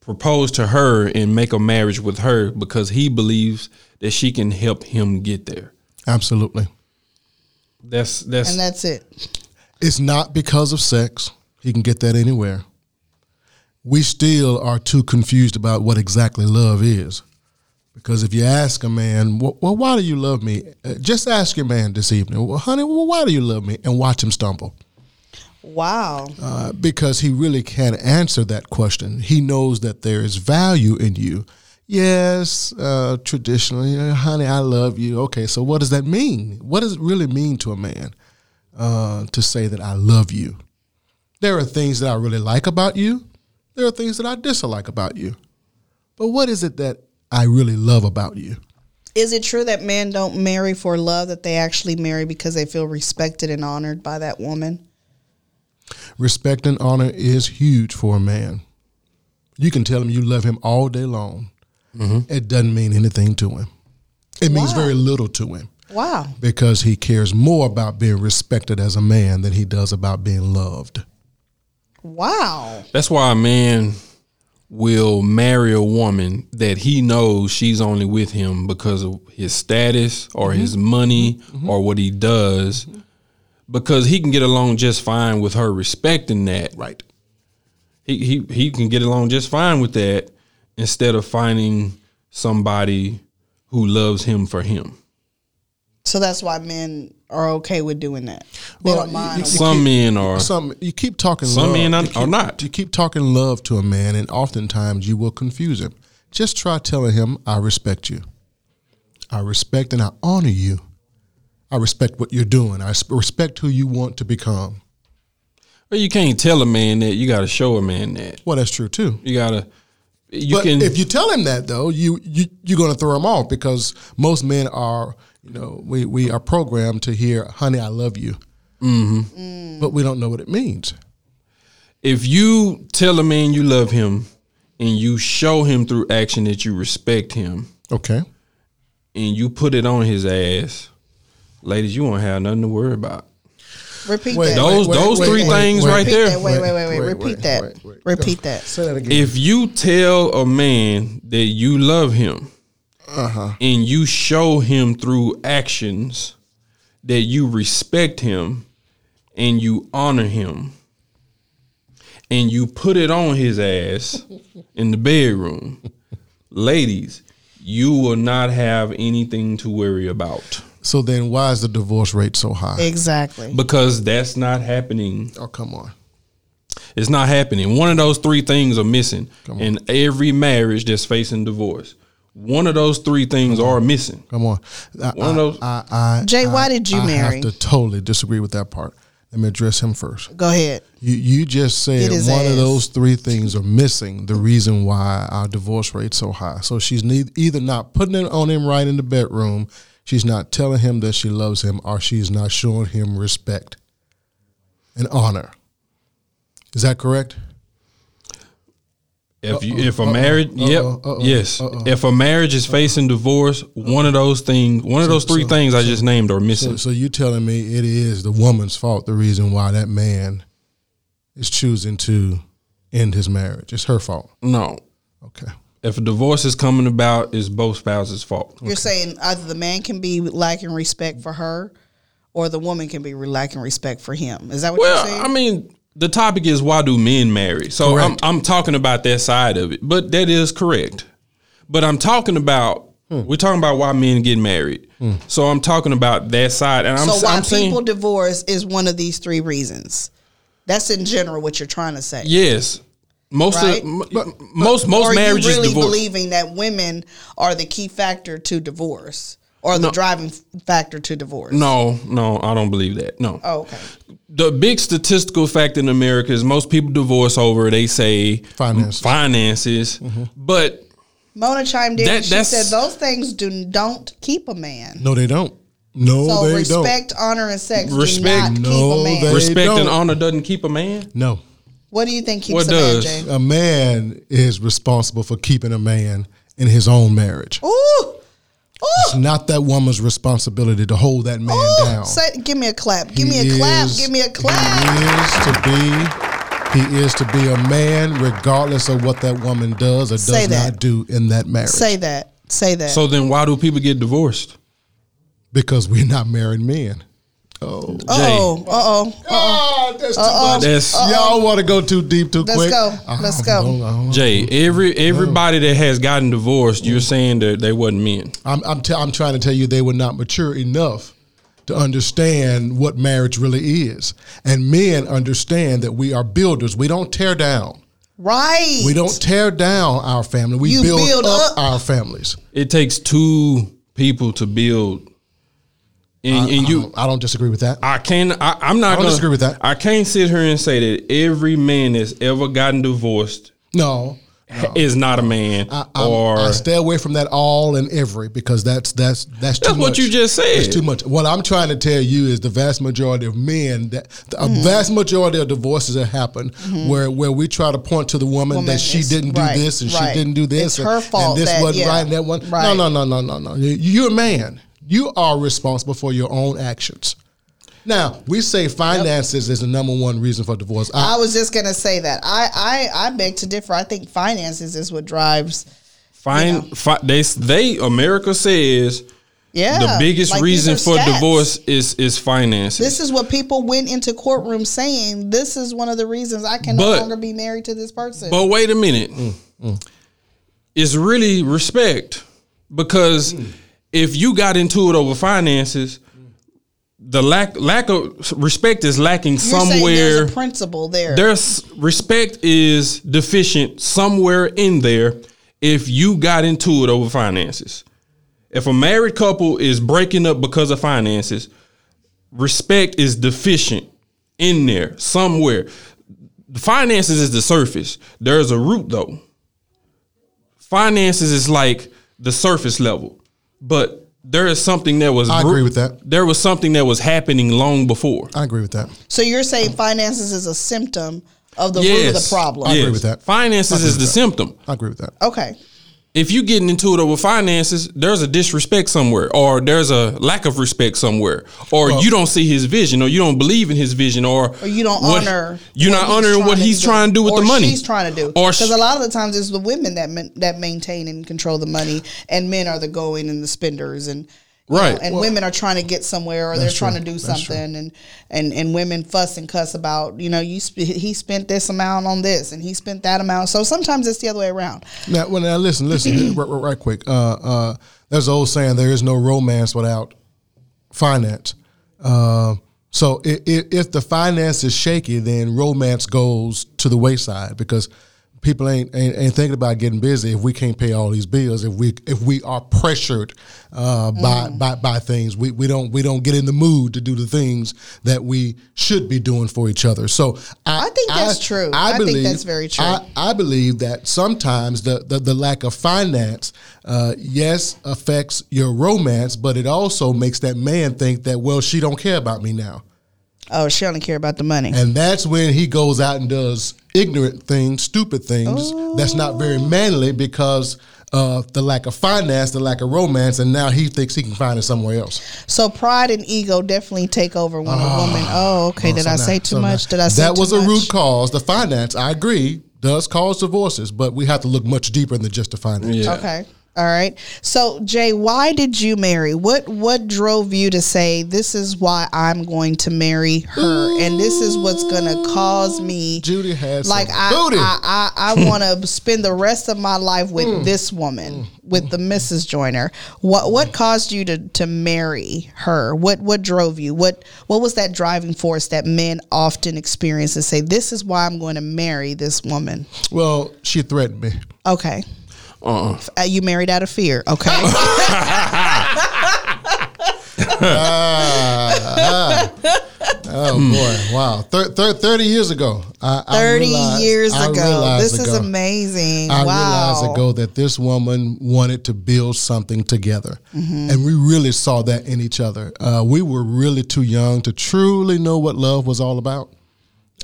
Speaker 1: propose to her and make a marriage with her because he believes that she can help him get there
Speaker 3: Absolutely.
Speaker 1: that's that's
Speaker 2: And that's it.
Speaker 3: It's not because of sex. He can get that anywhere. We still are too confused about what exactly love is. Because if you ask a man, well, well why do you love me? Uh, just ask your man this evening, well, honey, well, why do you love me? And watch him stumble.
Speaker 2: Wow.
Speaker 3: Uh, because he really can't answer that question. He knows that there is value in you. Yes, uh, traditionally, uh, honey, I love you. Okay, so what does that mean? What does it really mean to a man uh, to say that I love you? There are things that I really like about you, there are things that I dislike about you. But what is it that I really love about you?
Speaker 2: Is it true that men don't marry for love, that they actually marry because they feel respected and honored by that woman?
Speaker 3: Respect and honor is huge for a man. You can tell him you love him all day long.
Speaker 1: Mm-hmm.
Speaker 3: It doesn't mean anything to him. It means
Speaker 2: Wow.
Speaker 3: very little to him
Speaker 2: Wow.
Speaker 3: because he cares more about being respected as a man than he does about being loved.
Speaker 2: Wow.
Speaker 1: that's why a man will marry a woman that he knows she's only with him because of his status or his
Speaker 3: Mm-hmm.
Speaker 1: money or what he does because he can get along just fine with her respecting that
Speaker 3: Right.
Speaker 1: he he he can get along just fine with that instead of finding somebody who loves him for him.
Speaker 2: So that's why men are okay with doing that. They
Speaker 3: Well,
Speaker 2: don't mind.
Speaker 3: you-
Speaker 2: a
Speaker 3: you-
Speaker 1: Some men are
Speaker 3: Some you keep talking
Speaker 1: Some
Speaker 3: love.
Speaker 1: men are-
Speaker 3: you keep-
Speaker 1: are not.
Speaker 3: You keep talking love to a man and oftentimes you will confuse him. Just try telling him I respect you. I respect and I honor you. I respect what you're doing. I sp- respect who you want to become.
Speaker 1: Well, you can't tell a man that you got to show a man that
Speaker 3: Well, that's true too.
Speaker 1: you got to you
Speaker 3: but
Speaker 1: can
Speaker 3: if you tell him that though, you you you're gonna throw him off because most men are you know we we are programmed to hear "Honey, I love you," mm-hmm. but we don't know what it means.
Speaker 1: if you tell a man you love him and you show him through action that you respect him
Speaker 3: Okay,
Speaker 1: and you put it on his ass, ladies, you won't have nothing to worry about.
Speaker 2: Repeat
Speaker 3: Wait,
Speaker 2: that.
Speaker 3: no,
Speaker 1: Those
Speaker 3: wait,
Speaker 1: those
Speaker 3: wait,
Speaker 1: three
Speaker 3: wait,
Speaker 1: things
Speaker 3: wait.
Speaker 1: right
Speaker 2: Repeat
Speaker 1: there.
Speaker 2: that. Wait, wait, wait, wait.
Speaker 3: Wait,
Speaker 2: Repeat
Speaker 3: wait,
Speaker 2: that.
Speaker 3: wait, wait.
Speaker 2: Repeat that.
Speaker 3: say that again.
Speaker 1: if you tell a man that you love him and you show him through actions that you respect him and you honor him and you put it on his ass in the bedroom ladies you will not have anything to worry about
Speaker 3: so then, why is the divorce rate so high?
Speaker 2: Exactly.
Speaker 1: because that's not happening
Speaker 3: oh, come on.
Speaker 1: It's not happening. One of those three things are missing in every marriage that's facing divorce. One of those three things are missing.
Speaker 3: Come on. I,
Speaker 1: One of those-
Speaker 3: I, I, I-
Speaker 2: Jay, why did you
Speaker 3: I
Speaker 2: marry?
Speaker 3: have to totally disagree with that part. Let me address him first.
Speaker 2: Go ahead.
Speaker 3: You you just said
Speaker 2: Get his
Speaker 3: one
Speaker 2: ass.
Speaker 3: of those three things are missing. The reason why our divorce rate's so high. So she's ne- either not putting it on him right in the bedroom, she's not telling him that she loves him, or she's not showing him respect and honor. Is that correct?
Speaker 1: If you, if a marriage, yep,
Speaker 3: uh-oh, uh-oh,
Speaker 1: yes.
Speaker 3: uh-oh.
Speaker 1: If a marriage is facing divorce, one of those things, one of those three things I just named are
Speaker 3: So,
Speaker 1: missing.
Speaker 3: so you telling me it is the woman's fault the reason why that man is choosing to end his marriage? It's her fault.
Speaker 1: no,
Speaker 3: Okay.
Speaker 1: if a divorce is coming about, it's both spouses' fault.
Speaker 2: You're saying either the man can be lacking respect for her, or the woman can be lacking respect for him. Is that what you're saying?
Speaker 1: Well, I mean, the topic is why do men marry? So I'm,
Speaker 3: Correct.
Speaker 1: I'm talking about that side of it, but that is correct. But I'm talking about
Speaker 2: Hmm.
Speaker 1: we're talking about why men get married. So I'm talking about that side, and I'm,
Speaker 2: so why
Speaker 1: I'm saying
Speaker 2: people divorce is one of these three reasons. That's in general what you're trying to say.
Speaker 1: yes, most
Speaker 2: Right?
Speaker 1: of, m- most
Speaker 2: or
Speaker 1: most
Speaker 2: are you
Speaker 1: marriages
Speaker 2: really
Speaker 1: divorce.
Speaker 2: believing that women are the key factor to divorce or the driving f- factor to divorce?
Speaker 1: no, no, I don't believe that. No.
Speaker 2: Oh, okay.
Speaker 1: the big statistical fact in America is most people divorce over they say
Speaker 3: Finances.
Speaker 1: finances,
Speaker 2: Mm-hmm.
Speaker 1: but
Speaker 2: Mona chimed in.
Speaker 1: That-
Speaker 2: and she
Speaker 1: that's-
Speaker 2: said those things do don't keep a man.
Speaker 3: No, they don't. No,
Speaker 2: so
Speaker 3: they
Speaker 2: respect, honor, and sex
Speaker 1: Respect-
Speaker 2: do not
Speaker 3: No,
Speaker 2: keep a man.
Speaker 3: they-
Speaker 1: respect and
Speaker 3: don't.
Speaker 1: honor doesn't keep a man.
Speaker 3: don't. No.
Speaker 2: what do you think keeps
Speaker 1: What
Speaker 2: a man?
Speaker 1: does?
Speaker 2: Jay?
Speaker 3: A man is responsible for keeping a man in his own marriage.
Speaker 2: Ooh,
Speaker 3: It's not that woman's responsibility to hold that man
Speaker 2: ooh!
Speaker 3: down.
Speaker 2: Say, give me a clap. Give me
Speaker 3: He
Speaker 2: a clap.
Speaker 3: is-
Speaker 2: Give me a clap.
Speaker 3: He is to be he is to be a man regardless of what that woman does or
Speaker 2: Say
Speaker 3: does
Speaker 2: that.
Speaker 3: not do in that marriage.
Speaker 2: Say that. Say that.
Speaker 1: So then why do people get divorced?
Speaker 3: because we're not married men. Oh.
Speaker 2: uh oh. Uh oh.
Speaker 3: Ah, that's too much.
Speaker 1: That's
Speaker 3: Y'all want to go too deep too
Speaker 2: Let's
Speaker 3: quick.
Speaker 2: go.
Speaker 3: I
Speaker 2: Let's
Speaker 3: don't
Speaker 2: go.
Speaker 3: know. I don't know.
Speaker 1: Jay. Every everybody that has gotten divorced, you're saying that they wasn't men.
Speaker 3: I'm I'm, t- I'm trying to tell you they were not mature enough to understand what marriage really is. And men understand that we are builders. We don't tear down.
Speaker 2: Right.
Speaker 3: We don't tear down our family. We
Speaker 2: You
Speaker 3: build,
Speaker 2: build
Speaker 3: up,
Speaker 2: up.
Speaker 3: our families.
Speaker 1: It takes two people to build, and, and
Speaker 3: You, I,
Speaker 1: you.
Speaker 3: don't, I don't disagree with that.
Speaker 1: I can I, I'm not. I
Speaker 3: don't
Speaker 1: gonna,
Speaker 3: disagree with that.
Speaker 1: I can't sit here and say that every man that's ever gotten divorced
Speaker 3: no.
Speaker 1: is not a man
Speaker 3: I, I,
Speaker 1: or
Speaker 3: I stay away from that all and every because that's that's that's too
Speaker 1: That's what
Speaker 3: much.
Speaker 1: you just said.
Speaker 3: It's too much. What I'm trying to tell you is the vast majority of men that the a vast majority of divorces that happen where where we try to point to the woman,
Speaker 2: Mm-hmm. Woman
Speaker 3: that she
Speaker 2: is-
Speaker 3: didn't do
Speaker 2: right,
Speaker 3: this and
Speaker 2: right.
Speaker 3: she didn't do this.
Speaker 2: It's
Speaker 3: and,
Speaker 2: her fault
Speaker 3: And this
Speaker 2: that-
Speaker 3: wasn't
Speaker 2: yeah,
Speaker 3: right. And that one.
Speaker 2: right.
Speaker 3: No, no, no, no, no, no. You- You're a man. You are responsible for your own actions. Now we say finances is the number one reason for divorce. I,
Speaker 2: I was just gonna say that. I I I beg to differ. I think finances is what drives.
Speaker 1: Fine, fi- they they America says
Speaker 2: Yeah,
Speaker 1: the biggest
Speaker 2: like, these
Speaker 1: reason
Speaker 2: are
Speaker 1: for
Speaker 2: stats.
Speaker 1: divorce is is finances.
Speaker 2: This is what people went into courtroom saying. This is one of the reasons I can no
Speaker 1: But-
Speaker 2: longer be married to this person.
Speaker 1: but wait a minute, it's really respect because if you got into it over finances, the lack lack of respect is lacking
Speaker 2: You're saying
Speaker 1: somewhere.
Speaker 2: there's a principle there.
Speaker 1: There's respect is deficient somewhere in there if you got into it over finances. If a married couple is breaking up because of finances, respect is deficient in there somewhere. The finances is the surface. There's a root though. Finances is like the surface level, but there is something that was
Speaker 3: I agree with that.
Speaker 1: There was something that was happening long before.
Speaker 3: I agree with that.
Speaker 2: so you're saying finances is a symptom of the root of the problem.
Speaker 3: agree with that. I
Speaker 1: Finances
Speaker 3: agree
Speaker 1: is
Speaker 3: with
Speaker 1: the
Speaker 3: that.
Speaker 1: symptom.
Speaker 3: I agree with that.
Speaker 2: Okay.
Speaker 1: If you getting into it over finances, there's a disrespect somewhere, or there's a lack of respect somewhere, or you don't see his vision, or you don't believe in his vision, or,
Speaker 2: Or you don't
Speaker 1: what-
Speaker 2: honor.
Speaker 1: You're not
Speaker 2: he's
Speaker 1: honoring what
Speaker 2: trying to
Speaker 1: he's trying to do with
Speaker 2: or
Speaker 1: the money.
Speaker 2: She's trying to do.
Speaker 1: Or
Speaker 2: because
Speaker 1: sh-
Speaker 2: a lot of the times it's the women that men, that maintain and control the money, and men are the going and the spenders and. you
Speaker 1: Right.
Speaker 2: know, and women are trying to get somewhere, or they're trying to do something, and, and and women fuss and cuss about, you know, you sp- he spent this amount on this, and he spent that amount. So sometimes it's the other way around.
Speaker 3: Now, well, now listen, listen, right, right, right quick. Uh, uh, there's an old saying: there is no romance without finance. Uh, so if, if the finance is shaky, then romance goes to the wayside because people ain't, ain't ain't thinking about getting busy if we can't pay all these bills. If we if we are pressured uh, by,
Speaker 2: Mm.
Speaker 3: by by things, we, we don't we don't get in the mood to do the things that we should be doing for each other. So I,
Speaker 2: I think that's true. I think that's very true.
Speaker 3: I, I believe that sometimes the, the, the lack of finance, uh, yes, affects your romance, but it also makes that man think that well, she don't care about me now.
Speaker 2: Oh, she only care about the money.
Speaker 3: And that's when he goes out and does ignorant things, stupid things. That's not very
Speaker 2: Oh.
Speaker 3: manly because of the lack of finance, the lack of romance, and now he thinks he can find it somewhere else.
Speaker 2: So pride and ego definitely take over when a woman. Oh, okay. Did
Speaker 3: Ah, So
Speaker 2: I
Speaker 3: now-
Speaker 2: say too
Speaker 3: so now-
Speaker 2: much? Did I say
Speaker 3: That was
Speaker 2: too
Speaker 3: a root
Speaker 2: much?
Speaker 3: cause. The finance, I agree, does cause divorces, but we have to look much deeper than just the finance.
Speaker 1: Yeah.
Speaker 2: Okay. All right. So Jay, why did you marry? What what drove you to say this is why I'm going to marry her, and this is what's going to cause me
Speaker 3: Judy has
Speaker 2: like
Speaker 3: some
Speaker 2: I
Speaker 3: booty.
Speaker 2: I I, I want to spend the rest of my life with this woman, with the Mrs. Joyner. What what caused you to to marry her? What what drove you? What what was that driving force that men often experience and say this is why I'm going to marry this woman?
Speaker 3: well, she threatened me.
Speaker 2: Okay.
Speaker 1: Uh-uh.
Speaker 2: Uh, you married out of fear,
Speaker 3: [LAUGHS]
Speaker 2: okay?
Speaker 3: Oh boy! Wow, thir- thir- thirty years ago. I, I
Speaker 2: 30
Speaker 3: realized-
Speaker 2: years
Speaker 3: I
Speaker 2: ago.
Speaker 3: realized
Speaker 2: This is
Speaker 3: ago.
Speaker 2: amazing.
Speaker 3: I
Speaker 2: wow.
Speaker 3: realized ago that this woman wanted to build something together,
Speaker 2: Mm-hmm.
Speaker 3: and we really saw that in each other. Uh, we were really too young to truly know what love was all about.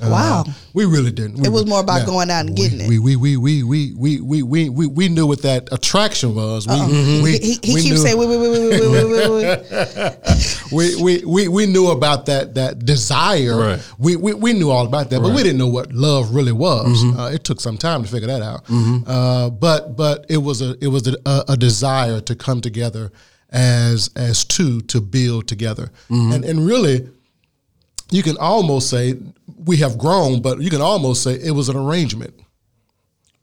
Speaker 3: Uh-huh.
Speaker 2: Wow.
Speaker 3: We really didn't. We
Speaker 2: It was
Speaker 3: were-
Speaker 2: more about going out and
Speaker 3: we-
Speaker 2: getting it.
Speaker 3: We we we we we we we we we, we knew what that attraction was. We, we,
Speaker 2: Uh-uh. he he
Speaker 3: we
Speaker 2: keeps
Speaker 3: knew-
Speaker 2: saying, wait, wait, wait, wait, wait, wait, wait,
Speaker 3: [LAUGHS]
Speaker 2: wait.
Speaker 3: we, we, we, we knew about that that desire.
Speaker 1: Right.
Speaker 3: We, we we knew all about that, but we didn't know what love really was. Uh, it took some time to figure that out. Uh, but but it was a it was a, a, a desire to come together as as two to build together, and and really, you can almost say we have grown, but you can almost say it was an arrangement.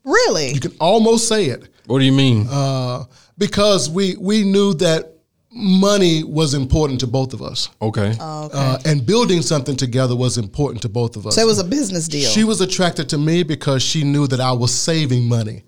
Speaker 2: Really?
Speaker 3: You can almost say it
Speaker 1: What do you mean?
Speaker 3: uh, because we we knew that money was important to both of us.
Speaker 1: okay.
Speaker 3: Uh, and building something together was important to both of us.
Speaker 2: So it was a business deal.
Speaker 3: she was attracted to me because she knew that I was saving money.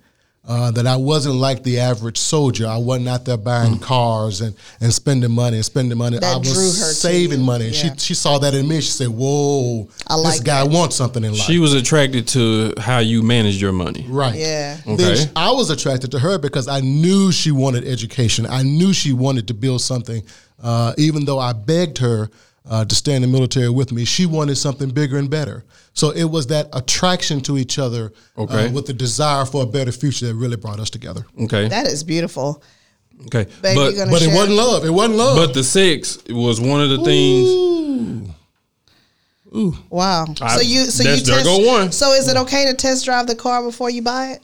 Speaker 3: Uh, that I wasn't like the average soldier. I wasn't out there buying cars and, and spending money and spending money.
Speaker 2: Mm. That
Speaker 3: I was
Speaker 2: drew her to
Speaker 3: saving
Speaker 2: you.
Speaker 3: money.
Speaker 2: Yeah.
Speaker 3: She she saw that in me. She said, "Whoa,
Speaker 2: I
Speaker 3: this
Speaker 2: like
Speaker 3: guy wants something in life."
Speaker 1: she was attracted to how you managed your money.
Speaker 3: Right.
Speaker 2: Yeah.
Speaker 1: Okay.
Speaker 3: Then sh- I was attracted to her because I knew she wanted education. I knew she wanted to build something. Uh, even though I begged her uh, to stay in the military with me, she wanted something bigger and better. So it was that attraction to each other uh,
Speaker 1: Okay.
Speaker 3: with the desire for a better future that really brought us together.
Speaker 1: Okay.
Speaker 2: that is beautiful.
Speaker 1: okay.
Speaker 2: Babe,
Speaker 1: but
Speaker 2: you gonna
Speaker 3: But it
Speaker 2: share?
Speaker 3: wasn't love. It wasn't love.
Speaker 1: but the sex was one of the things.
Speaker 2: Wow.
Speaker 1: I-
Speaker 2: so you so you
Speaker 1: that's-
Speaker 2: test,
Speaker 1: there go one.
Speaker 2: So is it okay to test drive the car before you buy it?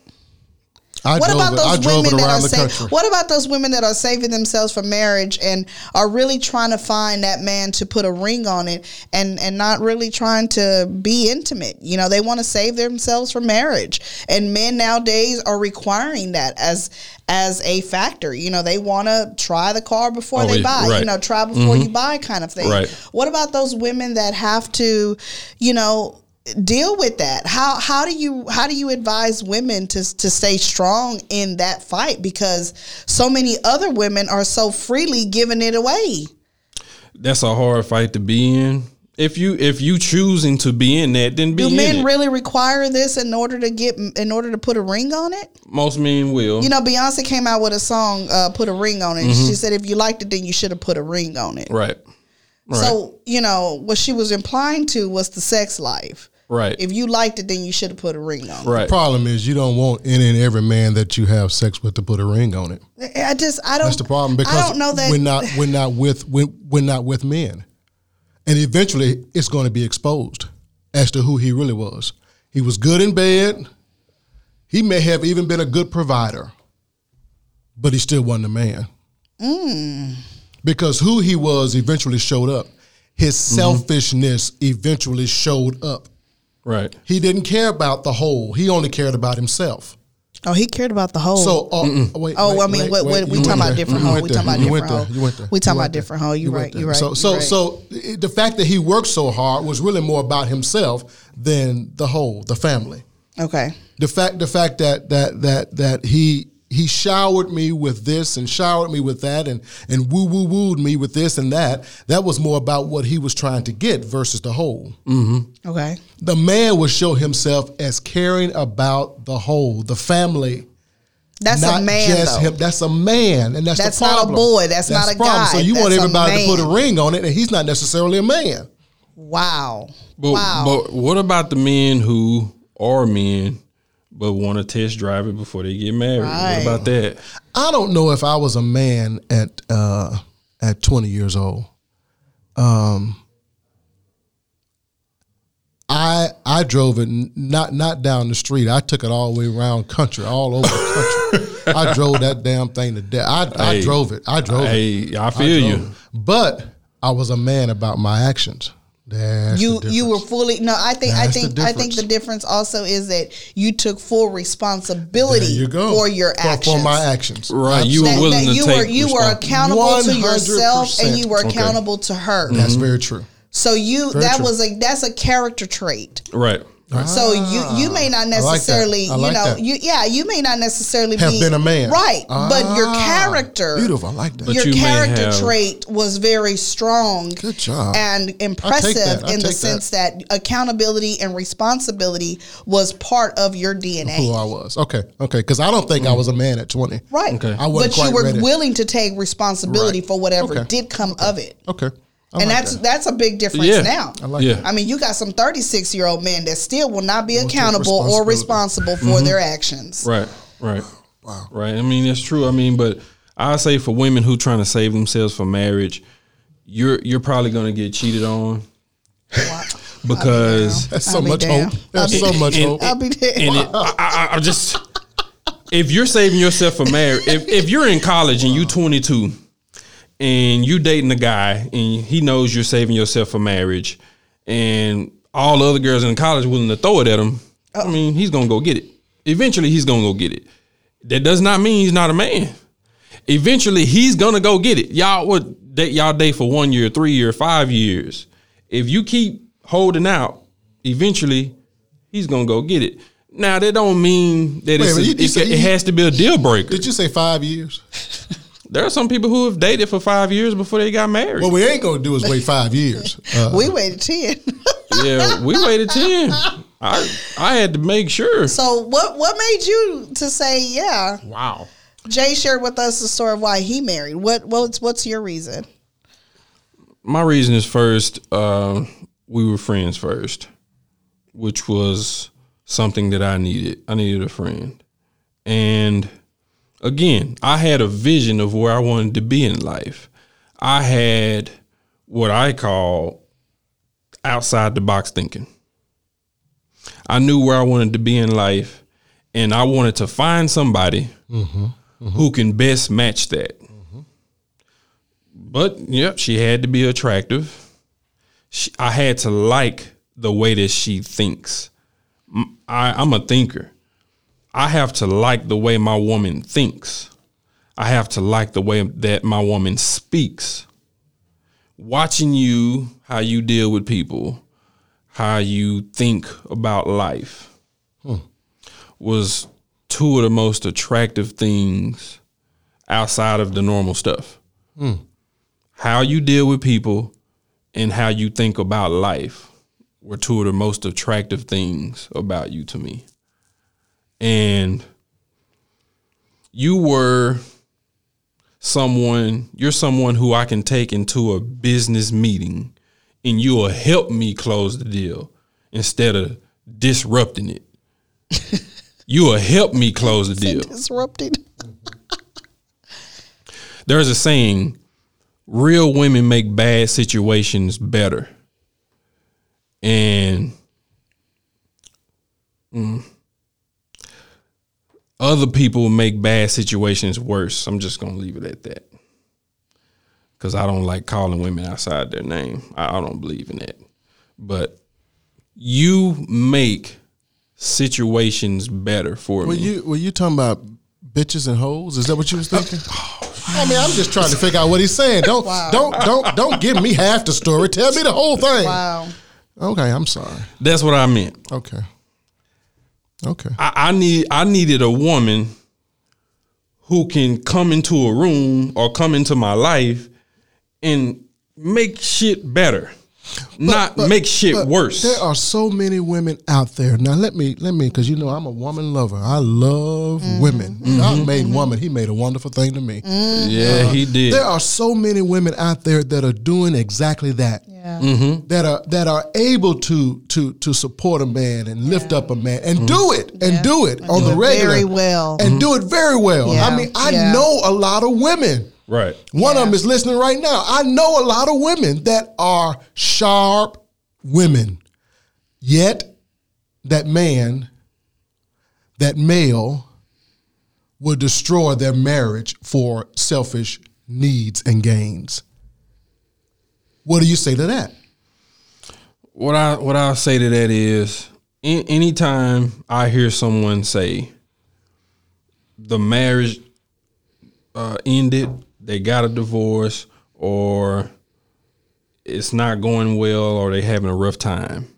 Speaker 3: I
Speaker 2: What
Speaker 3: drove
Speaker 2: about
Speaker 3: it-
Speaker 2: those
Speaker 3: I drove
Speaker 2: women
Speaker 3: it
Speaker 2: that
Speaker 3: around
Speaker 2: are
Speaker 3: the
Speaker 2: saving?
Speaker 3: country.
Speaker 2: What about those women that are saving themselves for marriage and are really trying to find that man to put a ring on it and and not really trying to be intimate? You know, they want to save themselves for marriage, and men nowadays are requiring that as as a factor. You know, they want to try the car before
Speaker 1: Oh,
Speaker 2: they
Speaker 1: yeah,
Speaker 2: buy.
Speaker 1: right.
Speaker 2: You know, try before you buy kind of thing.
Speaker 1: Mm-hmm. Right.
Speaker 2: What about those women that have to, you know, deal with that? How how do you how do you advise women to to stay strong in that fight because so many other women are so freely giving it away?
Speaker 1: That's a hard fight to be in. If you if you choosing to be in that, then be
Speaker 2: Do
Speaker 1: in
Speaker 2: men
Speaker 1: it.
Speaker 2: really require this in order to get in order to put a ring on it?
Speaker 1: Most men will.
Speaker 2: You know, Beyonce came out with a song, uh, "Put a Ring on It."
Speaker 1: Mm-hmm.
Speaker 2: She said, "If you liked it, then you should have put a ring on it."
Speaker 1: right. Right.
Speaker 2: So you know what she was implying to was the sex life.
Speaker 1: right.
Speaker 2: If you liked it, then you should have put a ring on. it.
Speaker 1: right.
Speaker 3: The problem is you don't want any and every man that you have sex with to put a ring on it.
Speaker 2: I just I don't.
Speaker 3: That's the problem because
Speaker 2: I don't know that
Speaker 3: we're not we're not with we're, we're not with men, and eventually it's going to be exposed as to who he really was. He was good in bed. He may have even been a good provider, but he still wasn't a man.
Speaker 2: Mm.
Speaker 3: Because who he was eventually showed up. His
Speaker 2: Mm-hmm.
Speaker 3: selfishness eventually showed up.
Speaker 1: Right.
Speaker 3: He didn't care about the whole. He only cared about himself.
Speaker 2: Oh, he cared about the whole.
Speaker 3: So, uh, wait,
Speaker 2: Oh,
Speaker 3: wait,
Speaker 2: I mean,
Speaker 3: wait,
Speaker 2: what,
Speaker 3: wait,
Speaker 2: what, we
Speaker 3: you
Speaker 2: talking
Speaker 3: went
Speaker 2: about
Speaker 3: there.
Speaker 2: different
Speaker 3: You
Speaker 2: hoe.
Speaker 3: went
Speaker 2: We talking
Speaker 3: there.
Speaker 2: about
Speaker 3: You went
Speaker 2: different
Speaker 3: there.
Speaker 2: hoe.
Speaker 3: You went there.
Speaker 2: We
Speaker 3: You
Speaker 2: talking
Speaker 3: went
Speaker 2: about
Speaker 3: there.
Speaker 2: different hoe. You
Speaker 3: You
Speaker 2: right.
Speaker 3: went there.
Speaker 2: You right.
Speaker 3: So, so,
Speaker 2: you right.
Speaker 3: so it- the fact that he worked so hard was really more about himself than the whole, the family.
Speaker 2: Okay.
Speaker 3: the fact the fact that that that that he he showered me with this and showered me with that and and woo woo wooed me with this and that that was more about what he was trying to get versus the whole
Speaker 2: Okay.
Speaker 3: the man will show himself as caring about the whole the family
Speaker 2: That's a man though.
Speaker 3: him. That's a man, and that's,
Speaker 2: That's
Speaker 3: the
Speaker 2: not a
Speaker 3: problem.
Speaker 2: boy. That's not
Speaker 3: the
Speaker 2: a
Speaker 3: problem. So
Speaker 2: guy.
Speaker 3: you want
Speaker 2: That's a
Speaker 3: everybody to put a
Speaker 2: man.
Speaker 3: ring on it, and he's not necessarily a man.
Speaker 2: Wow.
Speaker 1: But,
Speaker 2: wow.
Speaker 1: but what about the men who are men but want to test drive it before they get married? What
Speaker 2: Right.
Speaker 1: about that?
Speaker 3: I don't know if I was a man at uh, at 20 years old. Um, I I drove it n- not not down the street. I took it all the way around country, all over the country.
Speaker 1: [LAUGHS]
Speaker 3: I drove that damn thing to death. I,
Speaker 1: Hey.
Speaker 3: I drove it. I drove it.
Speaker 1: Hey, I feel
Speaker 3: I
Speaker 1: you.
Speaker 3: drove it. But I was a man about my actions. That's
Speaker 2: you
Speaker 3: the
Speaker 2: you were
Speaker 3: difference.
Speaker 2: fully no i think i
Speaker 3: That's the
Speaker 2: think i think
Speaker 3: difference.
Speaker 2: the difference also is that you took full responsibility
Speaker 3: There you go.
Speaker 2: for your
Speaker 3: for,
Speaker 2: actions
Speaker 3: for my actions.
Speaker 1: Right, you were
Speaker 2: that,
Speaker 1: willing
Speaker 2: that
Speaker 1: to
Speaker 2: you
Speaker 1: take
Speaker 2: were you were
Speaker 1: responsibility.
Speaker 2: accountable to yourself and
Speaker 3: 100%.
Speaker 2: you were
Speaker 1: Okay.
Speaker 2: accountable to her
Speaker 3: That's very true.
Speaker 2: so you
Speaker 3: Very
Speaker 2: that
Speaker 3: true.
Speaker 2: was a that's a character trait
Speaker 1: Right.
Speaker 2: so you you may not
Speaker 3: Ah, I like that.
Speaker 2: necessarily
Speaker 3: I like
Speaker 2: you know
Speaker 3: that.
Speaker 2: you yeah you may not necessarily
Speaker 3: Have
Speaker 2: be,
Speaker 3: been a man,
Speaker 2: right but your
Speaker 3: Ah,
Speaker 2: character
Speaker 3: beautiful. I like that.
Speaker 1: But
Speaker 2: your
Speaker 1: you may
Speaker 2: character
Speaker 1: have-
Speaker 2: trait was very strong
Speaker 3: Good job.
Speaker 2: and
Speaker 3: that.
Speaker 2: impressive
Speaker 3: I
Speaker 2: in the
Speaker 3: take
Speaker 2: sense that. accountability and responsibility was part of your
Speaker 3: who
Speaker 2: DNA.
Speaker 3: I was. Okay, okay, because I don't think I was a man at twenty.
Speaker 2: Right.
Speaker 1: Okay.
Speaker 3: I
Speaker 2: But
Speaker 3: wasn't
Speaker 2: you
Speaker 3: quite
Speaker 2: were
Speaker 3: ready.
Speaker 2: willing to take responsibility
Speaker 3: Right.
Speaker 2: for whatever
Speaker 3: Okay.
Speaker 2: did come of it.
Speaker 3: Okay, I
Speaker 2: and
Speaker 3: like
Speaker 2: that's
Speaker 3: that.
Speaker 2: that's a big difference
Speaker 1: Yeah.
Speaker 2: now.
Speaker 1: Oh I like Yeah. that.
Speaker 2: I mean, you got some 36 year old men that still will not be accountable or responsible for their actions.
Speaker 1: Mm-hmm. Right. Right. Wow. Right. I mean, that's true. I mean, but I say for women who trying to save themselves for marriage, you're you're probably going to get cheated on because
Speaker 3: that's
Speaker 2: I'll
Speaker 3: so
Speaker 2: be
Speaker 3: much
Speaker 2: down.
Speaker 3: hope. That's so much
Speaker 1: And-
Speaker 3: hope.
Speaker 2: I'll be dead.
Speaker 1: and it, I, I, I'm just if you're saving yourself for marriage, if, if you're in college and you 22 and you dating a guy and he knows you're saving yourself for marriage, and all the other girls in college willing to throw it at him, I mean, he's gonna go get it. Eventually, he's gonna go get it. That does not mean he's not a man. Eventually, he's gonna go get it. Y'all would date y'all date for one year, three year, five years. If you keep holding out, eventually, he's gonna go get it. Now that don't mean that it's
Speaker 3: a
Speaker 1: a,
Speaker 3: minute, you- you
Speaker 1: it,
Speaker 3: said-
Speaker 1: it has to be a deal breaker.
Speaker 3: Did you say five years?
Speaker 1: There are some people who have dated for five years before they got married.
Speaker 3: What we ain't gonna do is wait five years. [LAUGHS] Uh,
Speaker 2: we waited 10.
Speaker 1: yeah, we waited
Speaker 3: [LAUGHS]
Speaker 1: ten. I I had to make sure.
Speaker 2: [LAUGHS] So what what made you to say yeah?
Speaker 1: Wow.
Speaker 2: Jay shared with us the story of why he married. What what's what's your
Speaker 1: [LAUGHS]
Speaker 2: reason?
Speaker 1: My reason is first, uh, we were friends first, which was something that I needed. I needed a friend, and again, I had a vision of where I wanted to be in life. I had what I call outside the box thinking. I knew where I wanted to be in life, and I wanted to find somebody who can best match that. But yep, she had to be attractive. She, I had to like the way that she thinks. M- I, am a thinker. I have to like the way my woman thinks. I have to like the way that my woman speaks. Watching you, how you deal with people, how you think about life was two of the most attractive things outside of the normal stuff how you deal with people and how you think about life were two of the most attractive things about you to me. And you were someone, you're someone who I can take into a business meeting and you will help me close the deal instead of disrupting it. you will help me close the deal.
Speaker 2: Disrupted.
Speaker 1: There's a saying real women make bad situations better. And mm, other people make bad situations worse. I'm just going to leave it at that. Because I don't like calling women outside their name. I, I don't believe in that. But you make situations better for
Speaker 3: were
Speaker 1: me.
Speaker 3: you were you talking about bitches and hoes? Is that what you was thinking? [LAUGHS] I mean, I'm just trying to figure out what he's
Speaker 2: [LAUGHS]
Speaker 3: saying. Don't don't don't don't give me half the story. Tell
Speaker 2: Um,
Speaker 3: me the whole thing.
Speaker 2: Wow.
Speaker 3: Okay, I'm sorry.
Speaker 1: That's what I meant.
Speaker 3: Okay, Okay.
Speaker 1: I, I need I needed a woman who can come into a room or come into my life and make shit better, not
Speaker 3: But-
Speaker 1: make shit
Speaker 3: but
Speaker 1: worse.
Speaker 3: There are so many women out there. Now let me let me because you know I'm a woman lover. I love
Speaker 2: Mm-hmm.
Speaker 3: women. God made woman. He made a wonderful thing to me.
Speaker 1: yeah, he did.
Speaker 3: There are so many women out there that are doing exactly that.
Speaker 2: Yeah.
Speaker 1: Mm-hmm.
Speaker 2: Mm-hmm.
Speaker 3: That are that are able to to to support a man and lift up a man and do it and do it on
Speaker 2: Mm-hmm. do
Speaker 3: the
Speaker 2: it
Speaker 3: regular
Speaker 2: very well.
Speaker 3: and do it very well. I
Speaker 2: Yeah.
Speaker 3: mean, I
Speaker 2: Yeah.
Speaker 3: know a lot of women.
Speaker 1: right.
Speaker 3: One of them is listening right now. I know a lot of women that are sharp women, yet that man, that male, will destroy their marriage for selfish needs and gains. What do you say to that?
Speaker 1: What I what I say to that is, in, anytime I hear someone say the marriage uh, ended, they got a divorce, or it's not going well, or they having a rough time,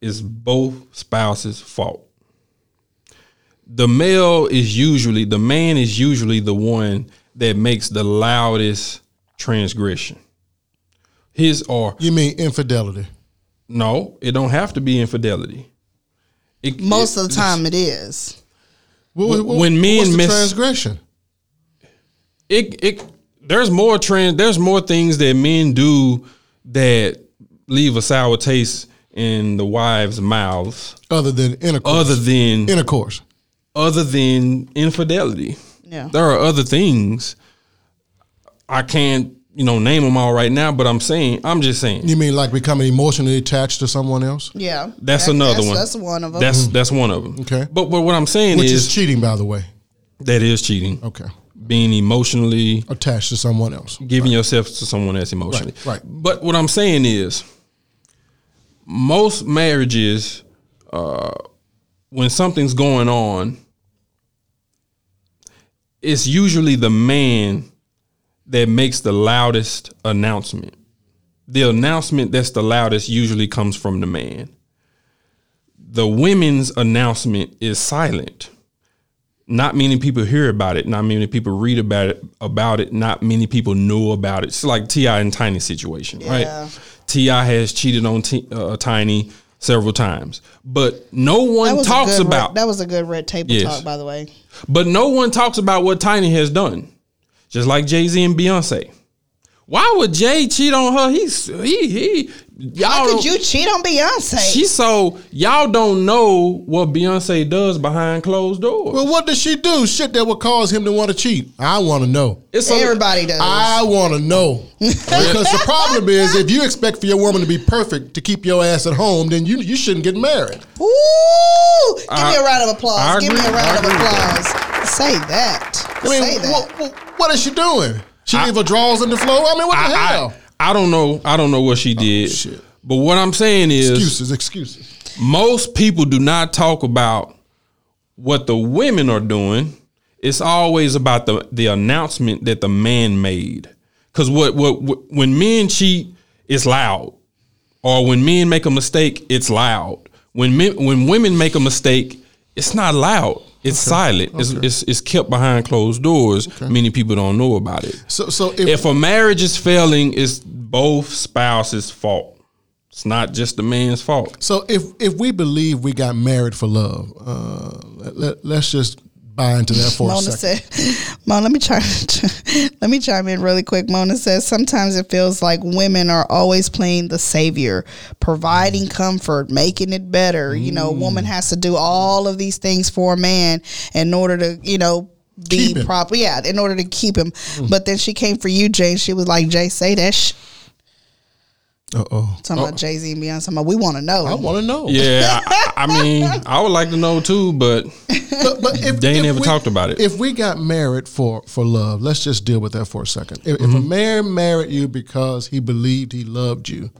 Speaker 1: it's both spouses' fault. The male is usually the man is usually the one that makes the loudest transgression. His or
Speaker 3: You mean infidelity?
Speaker 1: no, it don't have to be infidelity. It,
Speaker 2: Most
Speaker 1: it-
Speaker 2: of the time it is.
Speaker 3: What- what- what-
Speaker 1: When men
Speaker 3: what's the
Speaker 1: miss-
Speaker 3: transgression,
Speaker 1: it it there's more trend. There's more things that men do that leave a sour taste in the wives' mouths,
Speaker 3: other than intercourse,
Speaker 1: other than
Speaker 3: intercourse,
Speaker 1: other than infidelity.
Speaker 2: Yeah.
Speaker 1: There are other things. I can't you know name them all right now, but I'm saying I'm just saying
Speaker 3: you mean like becoming emotionally attached to someone else,
Speaker 2: Yeah.
Speaker 1: that's
Speaker 2: That-
Speaker 1: another
Speaker 2: that's,
Speaker 1: one.
Speaker 2: That's one of them.
Speaker 1: That's that's one of them.
Speaker 3: Okay.
Speaker 1: but but what I'm saying
Speaker 3: which
Speaker 1: is,
Speaker 3: is cheating, by the way.
Speaker 1: that is cheating.
Speaker 3: Okay,
Speaker 1: Being emotionally
Speaker 3: attached to someone else.
Speaker 1: giving yourself to someone else emotionally.
Speaker 3: Right, right.
Speaker 1: But what I'm saying is, most marriages, uh, when something's going on, it's usually the man that makes the loudest announcement. The announcement that's the loudest usually comes from the man. The women's announcement is silent not many people hear about it. Not many people read about it. About it. Not many people know about it. It's like Ti and Tiny situation,
Speaker 2: Yeah.
Speaker 1: right? Ti has cheated on T, uh, Tiny several times, but no
Speaker 2: That
Speaker 1: one
Speaker 2: was a
Speaker 1: talks
Speaker 2: good red-
Speaker 1: about.
Speaker 2: that was a good red table
Speaker 1: Yes.
Speaker 2: talk, by the way.
Speaker 1: but no one talks about what Tiny has done. Just like Jay Z and Beyonce. Why would Jay cheat on her? He's he he. Y'all
Speaker 2: How
Speaker 3: Oh.
Speaker 1: don't-
Speaker 2: could you cheat on Beyonce?
Speaker 1: She so y'all don't know what Beyonce does behind closed doors.
Speaker 3: Well, what does she do? Shit that would cause him to want to cheat. I want to know.
Speaker 1: it's a-
Speaker 2: Everybody does.
Speaker 3: I want
Speaker 1: [LAUGHS]
Speaker 3: to know. because the problem is, if you expect for your woman to be perfect to keep your ass at home, then you you shouldn't get married.
Speaker 2: Ooh! Give me a
Speaker 1: I-
Speaker 2: round of
Speaker 1: I
Speaker 2: applause. Give me
Speaker 1: agree- I
Speaker 2: a round of
Speaker 1: agree with
Speaker 2: applause. Say that.
Speaker 3: I mean,
Speaker 2: Say that.
Speaker 3: what, what, what is she doing? She leave her drawers in the floor. I mean, what the
Speaker 1: I,
Speaker 3: hell?
Speaker 1: I, I don't know. I don't know what she did.
Speaker 3: shit.
Speaker 1: But what I'm saying is,
Speaker 3: excuses, excuses.
Speaker 1: most people do not talk about what the women are doing. It's always about the the announcement that the man made. Because what, what what when men cheat, it's loud, or when men make a mistake, it's loud. When men, when women make a mistake, it's not loud. It's silent. It's, it's it's kept behind closed doors. Many people don't know about it
Speaker 3: So, so if,
Speaker 1: if a marriage is failing, it's both spouses' fault. It's not just the man's fault.
Speaker 3: so if if we believe we got married for love, uh, let, let, us just buy into that for a
Speaker 2: Mona
Speaker 3: second.
Speaker 2: said, "Mona, let me chime, let me chime in [LAUGHS] really quick." Mona says, "Sometimes it feels like women are always playing the savior,
Speaker 3: Mm.
Speaker 2: providing comfort, making it better. You know, a woman has to do all of these things for a man in order to, you know." Be
Speaker 3: Keep him. Mm.
Speaker 2: proper, yeah, in order to keep him. But then she came for you, Jay. and She was like, Jay, say that sh-.
Speaker 3: Uh oh.
Speaker 2: Talking about Jay Z and Beyonce. talking about, we want to know.
Speaker 3: I want to know.
Speaker 1: Yeah, I, I mean, I would like to know too, but
Speaker 3: but, but if,
Speaker 1: They ain't
Speaker 3: if
Speaker 1: never talked about it.
Speaker 3: If we got married for for love, let's just deal with that for a second. If, if a
Speaker 1: Mm-hmm.
Speaker 3: man married you because he believed he loved you,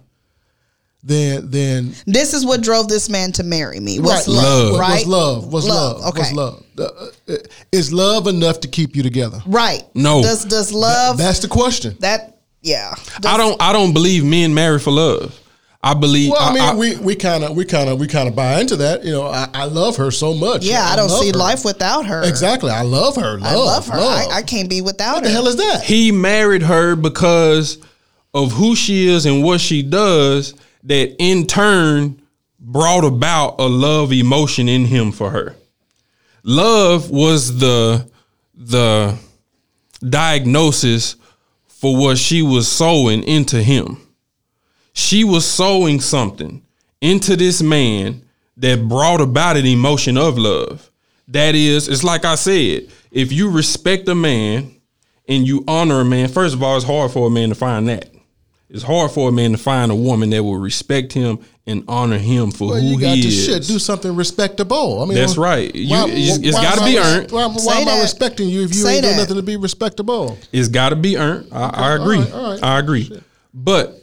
Speaker 3: then then
Speaker 2: this is what drove this man to marry me. What's
Speaker 3: right,
Speaker 2: love,
Speaker 3: what-
Speaker 2: right?
Speaker 3: What's love? What's love?
Speaker 2: Okay.
Speaker 3: What's love? The- uh, Is love enough to keep you together?
Speaker 2: Right.
Speaker 1: No.
Speaker 2: Does does love
Speaker 3: That's the question.
Speaker 2: that yeah.
Speaker 1: I don't. I don't believe men marry for love. I believe.
Speaker 3: Well, I mean,
Speaker 1: I-
Speaker 3: we we kind of we kind of we kind of buy into that. You know, I, I love her so much.
Speaker 2: Yeah, I don't
Speaker 3: love
Speaker 2: see
Speaker 3: her.
Speaker 2: life without her.
Speaker 3: Exactly, I love her. Love,
Speaker 2: I love her.
Speaker 3: love.
Speaker 2: I, I can't be without
Speaker 3: what
Speaker 2: her.
Speaker 3: the hell is that?
Speaker 1: he married her because of who she is and what she does that in turn brought about a love emotion in him for her love was the the diagnosis for what she was sowing into him she was sowing something into this man that brought about an emotion of love that is it's like i said if you respect a man and you honor a man, first of all, it's hard for a man to find that. It's hard for a man to find a woman that will respect him and honor him for
Speaker 3: Well,
Speaker 1: who
Speaker 3: you got
Speaker 1: he
Speaker 3: to
Speaker 1: is.
Speaker 3: shit do something respectable. I mean,
Speaker 1: That's
Speaker 3: why-
Speaker 1: right. You- it's- it's
Speaker 3: why
Speaker 1: gotta
Speaker 3: am
Speaker 1: be
Speaker 3: I-
Speaker 1: earned.
Speaker 3: Why, why
Speaker 2: Say
Speaker 3: am I
Speaker 2: that.
Speaker 3: respecting you if you
Speaker 2: Say
Speaker 3: ain't doing
Speaker 2: that.
Speaker 3: nothing to be respectable?
Speaker 1: It's got to be earned. I, I agree.
Speaker 3: all right, all right.
Speaker 1: I agree. But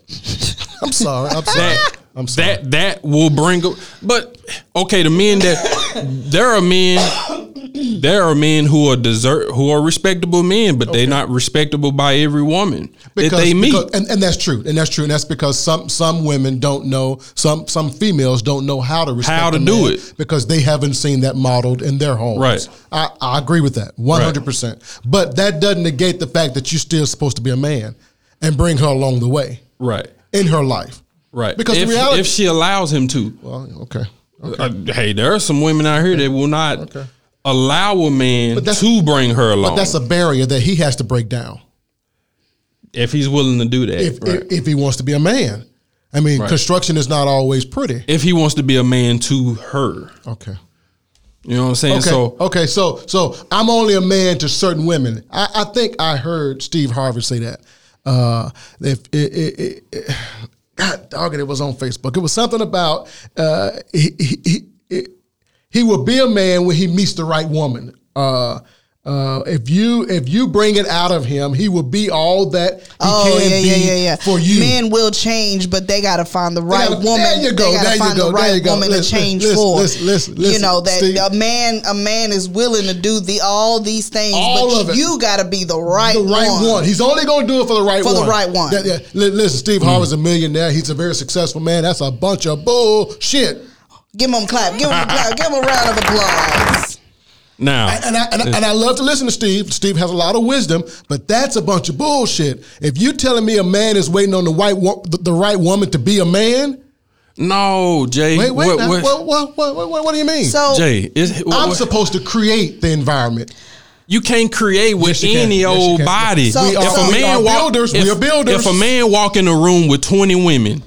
Speaker 3: I'm sorry. I'm sorry.
Speaker 1: that
Speaker 3: I'm sorry.
Speaker 1: that that will bring up. But okay, the men that there are men, there are men who are desert who are respectable men, but they're not respectable by every woman that they meet.
Speaker 3: because- and, and that's true, and that's true, and that's because some some women don't know some some females don't know how to respect
Speaker 1: How to
Speaker 3: a
Speaker 1: do
Speaker 3: man
Speaker 1: it.
Speaker 3: because they haven't seen that modeled in their homes.
Speaker 1: Right.
Speaker 3: I, I agree with that one hundred percent. But that doesn't negate the fact that you're still supposed to be a man and bring her along the way
Speaker 1: right,
Speaker 3: in her life.
Speaker 1: right.
Speaker 3: Because
Speaker 1: if,
Speaker 3: the reality.
Speaker 1: if she allows him to,
Speaker 3: well, okay.
Speaker 1: Uh, hey, there are some women out here that will not allow a man
Speaker 3: But that's-
Speaker 1: to bring her along
Speaker 3: That's a barrier that he has to break down
Speaker 1: if he's willing to do that.
Speaker 3: if
Speaker 1: right.
Speaker 3: if, if he wants to be a man. I mean, construction is not always pretty.
Speaker 1: If he wants to be a man to her,
Speaker 3: Okay.
Speaker 1: you know what I'm saying.
Speaker 3: Okay. Oh.
Speaker 1: So
Speaker 3: okay. So so I'm only a man to certain women. I, I think I heard Steve Harvey say that. Uh, if it, it, it, it, God dog it, it was on Facebook. It was something about uh, he, he, he, it- he will be a man when he meets the right woman. Uh, uh, if you if you bring it out of him, he will be all that he
Speaker 2: Oh
Speaker 3: can
Speaker 2: yeah,
Speaker 3: be
Speaker 2: yeah, yeah, yeah.
Speaker 3: for you.
Speaker 2: men will change, but they got to find the right
Speaker 3: gotta-
Speaker 2: woman.
Speaker 3: there you go,
Speaker 2: They gotta
Speaker 3: there you
Speaker 2: find
Speaker 3: go,
Speaker 2: the
Speaker 3: there you
Speaker 2: right
Speaker 3: go.
Speaker 2: woman
Speaker 3: Listen,
Speaker 2: to change
Speaker 3: listen,
Speaker 2: for.
Speaker 3: listen, listen,
Speaker 2: you
Speaker 3: listen,
Speaker 2: know that
Speaker 3: Steve.
Speaker 2: a man, a man is willing to do the all these things,
Speaker 3: All
Speaker 2: but
Speaker 3: of it.
Speaker 2: you got to be the right,
Speaker 3: the right one. He's only going to do it for the right
Speaker 2: For
Speaker 3: one.
Speaker 2: the right one.
Speaker 3: That- that- li- listen,
Speaker 1: Mm.
Speaker 3: Steve Harvey's a millionaire. He's a very successful man. That's a bunch of bullshit.
Speaker 2: Give him a clap. Give him a clap. Give him a round of applause.
Speaker 1: now,
Speaker 3: And I, and, I, and I love to listen to Steve. Steve has a lot of wisdom, but that's a bunch of bullshit. If you telling me a man is waiting on the white wo- the, the right woman to be a man,
Speaker 1: no, Jay.
Speaker 3: wait, wait,
Speaker 1: what-
Speaker 3: now,
Speaker 1: what-
Speaker 3: what, what, what, what, what do you mean?
Speaker 2: So
Speaker 1: Jay, it's, what-
Speaker 3: I'm
Speaker 1: what-
Speaker 3: supposed to create the environment.
Speaker 1: you can't create with
Speaker 3: Yes, you can.
Speaker 1: any
Speaker 3: Yes, you
Speaker 1: old
Speaker 3: can.
Speaker 1: body.
Speaker 2: So- We
Speaker 1: if
Speaker 2: are-
Speaker 1: a
Speaker 2: we
Speaker 1: man
Speaker 3: are
Speaker 1: walk-
Speaker 3: builders.
Speaker 1: if,
Speaker 3: We are builders.
Speaker 1: If a man walk in a room with 20 women.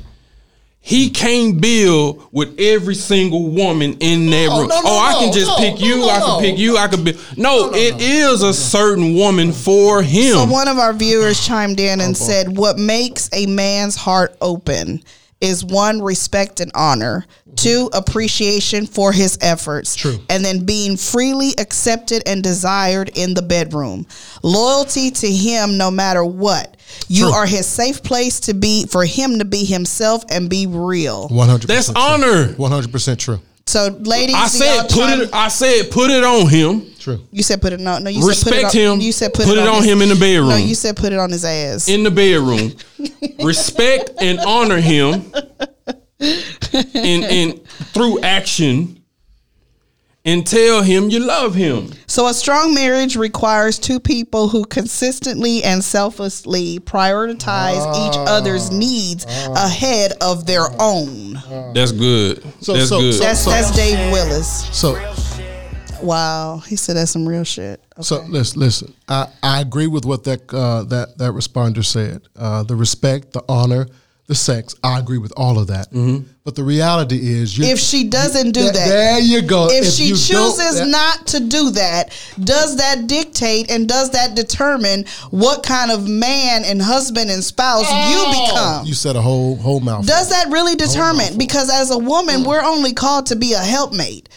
Speaker 1: He can't build with every single woman in that
Speaker 3: No,
Speaker 1: room.
Speaker 3: no, no,
Speaker 1: oh, I
Speaker 3: no,
Speaker 1: can just
Speaker 3: no,
Speaker 1: pick
Speaker 3: no,
Speaker 1: you.
Speaker 3: no,
Speaker 1: I
Speaker 3: no.
Speaker 1: can pick you. I can be. No, it is a certain woman for him.
Speaker 2: So one of our viewers chimed in
Speaker 1: Oh,
Speaker 2: and said, "What makes a man's heart open is one respect and honor, two appreciation for his efforts,
Speaker 3: True.
Speaker 2: and then being freely accepted and desired in the bedroom. Loyalty to him no matter what. You
Speaker 3: True.
Speaker 2: are his safe place to be for him to be himself and be real."
Speaker 3: 100.
Speaker 1: That's honor.
Speaker 3: 100 percent true.
Speaker 2: So, ladies,
Speaker 1: I
Speaker 2: do
Speaker 1: said
Speaker 2: y'all
Speaker 1: put
Speaker 2: chime-
Speaker 1: it. I said put it on him.
Speaker 3: True.
Speaker 2: You said put it no no. You said
Speaker 1: Respect
Speaker 2: put it on,
Speaker 1: him.
Speaker 2: You said put,
Speaker 1: Put it on
Speaker 2: his-
Speaker 1: him in the bedroom.
Speaker 2: No, you said put it on his ass.
Speaker 1: in the bedroom. Respect and honor him and, and through action and tell him you love him.
Speaker 2: So, a strong marriage requires two people who consistently and selflessly prioritize
Speaker 3: Ah.
Speaker 2: each other's needs ahead of their own.
Speaker 1: That's good.
Speaker 3: So-
Speaker 1: that's
Speaker 3: so-
Speaker 1: good.
Speaker 3: so-
Speaker 2: That's that's Dave Willis.
Speaker 3: So
Speaker 2: Wow, he said that's some real shit.
Speaker 3: So listen, listen. I, I agree with what that uh, that that responder said. Uh, the respect, the honor, the sex. I agree with all of that. But the reality is, you're,
Speaker 2: Mm-hmm. If she doesn't do
Speaker 3: Th-
Speaker 2: that,
Speaker 3: there you go.
Speaker 2: if she
Speaker 3: you don't-
Speaker 2: chooses
Speaker 3: that-
Speaker 2: not to do that, does that dictate and does that determine what kind of man and husband and spouse you become?
Speaker 3: you said a whole whole mouth.
Speaker 2: Does that really determine? Because as a woman, we're only called to be a helpmate.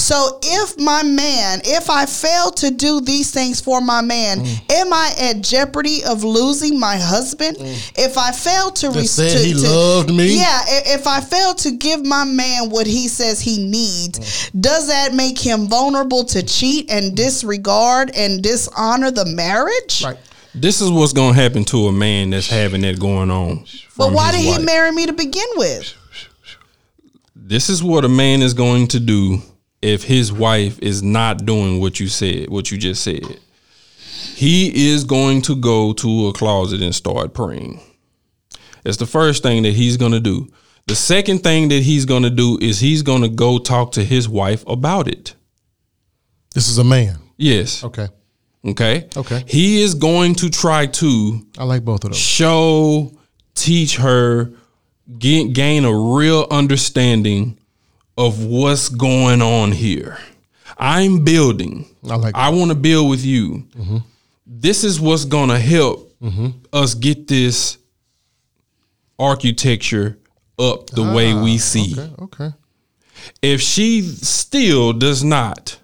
Speaker 2: So if my man, if I fail to do these things for my man, am I at jeopardy of losing my husband? If I fail to
Speaker 3: That
Speaker 2: res-
Speaker 3: said
Speaker 2: to-
Speaker 3: he
Speaker 2: to-
Speaker 3: loved me?
Speaker 2: yeah. i- If I fail to give my man what he says he needs, does that make him vulnerable to cheat and disregard and dishonor the marriage?
Speaker 3: Right.
Speaker 1: This is what's gonna happen to a man that's having that going on.
Speaker 2: But
Speaker 1: from
Speaker 2: why
Speaker 1: his
Speaker 2: did
Speaker 1: wife.
Speaker 2: he marry me to begin with?
Speaker 1: This is what a man is going to do if his wife is not doing what you said, what you just said. He is going to go to a closet and start praying. That's the first thing that he's going to do. The second thing that he's going to do is he's going to go talk to his wife about it.
Speaker 3: This is a man.
Speaker 1: Yes.
Speaker 3: Okay.
Speaker 1: Okay.
Speaker 3: Okay.
Speaker 1: He is going to try to
Speaker 3: I like both of those.
Speaker 1: show, teach her, get, gain a real understanding of what's going on here. I'm building.
Speaker 3: I like Mm-hmm.
Speaker 1: I want to build with you. This is what's going to help us get this architecture up the way we see.
Speaker 3: Ah, Okay. Okay.
Speaker 1: If she still does not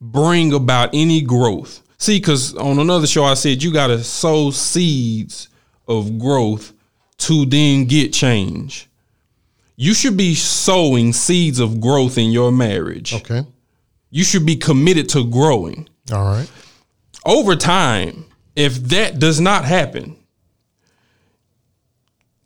Speaker 1: bring about any growth, see, because on another show I said you got to sow seeds of growth to then get change. You should be sowing seeds of growth in your marriage.
Speaker 3: Okay.
Speaker 1: You should be committed to growing
Speaker 3: All right.
Speaker 1: over time, if that does not happen,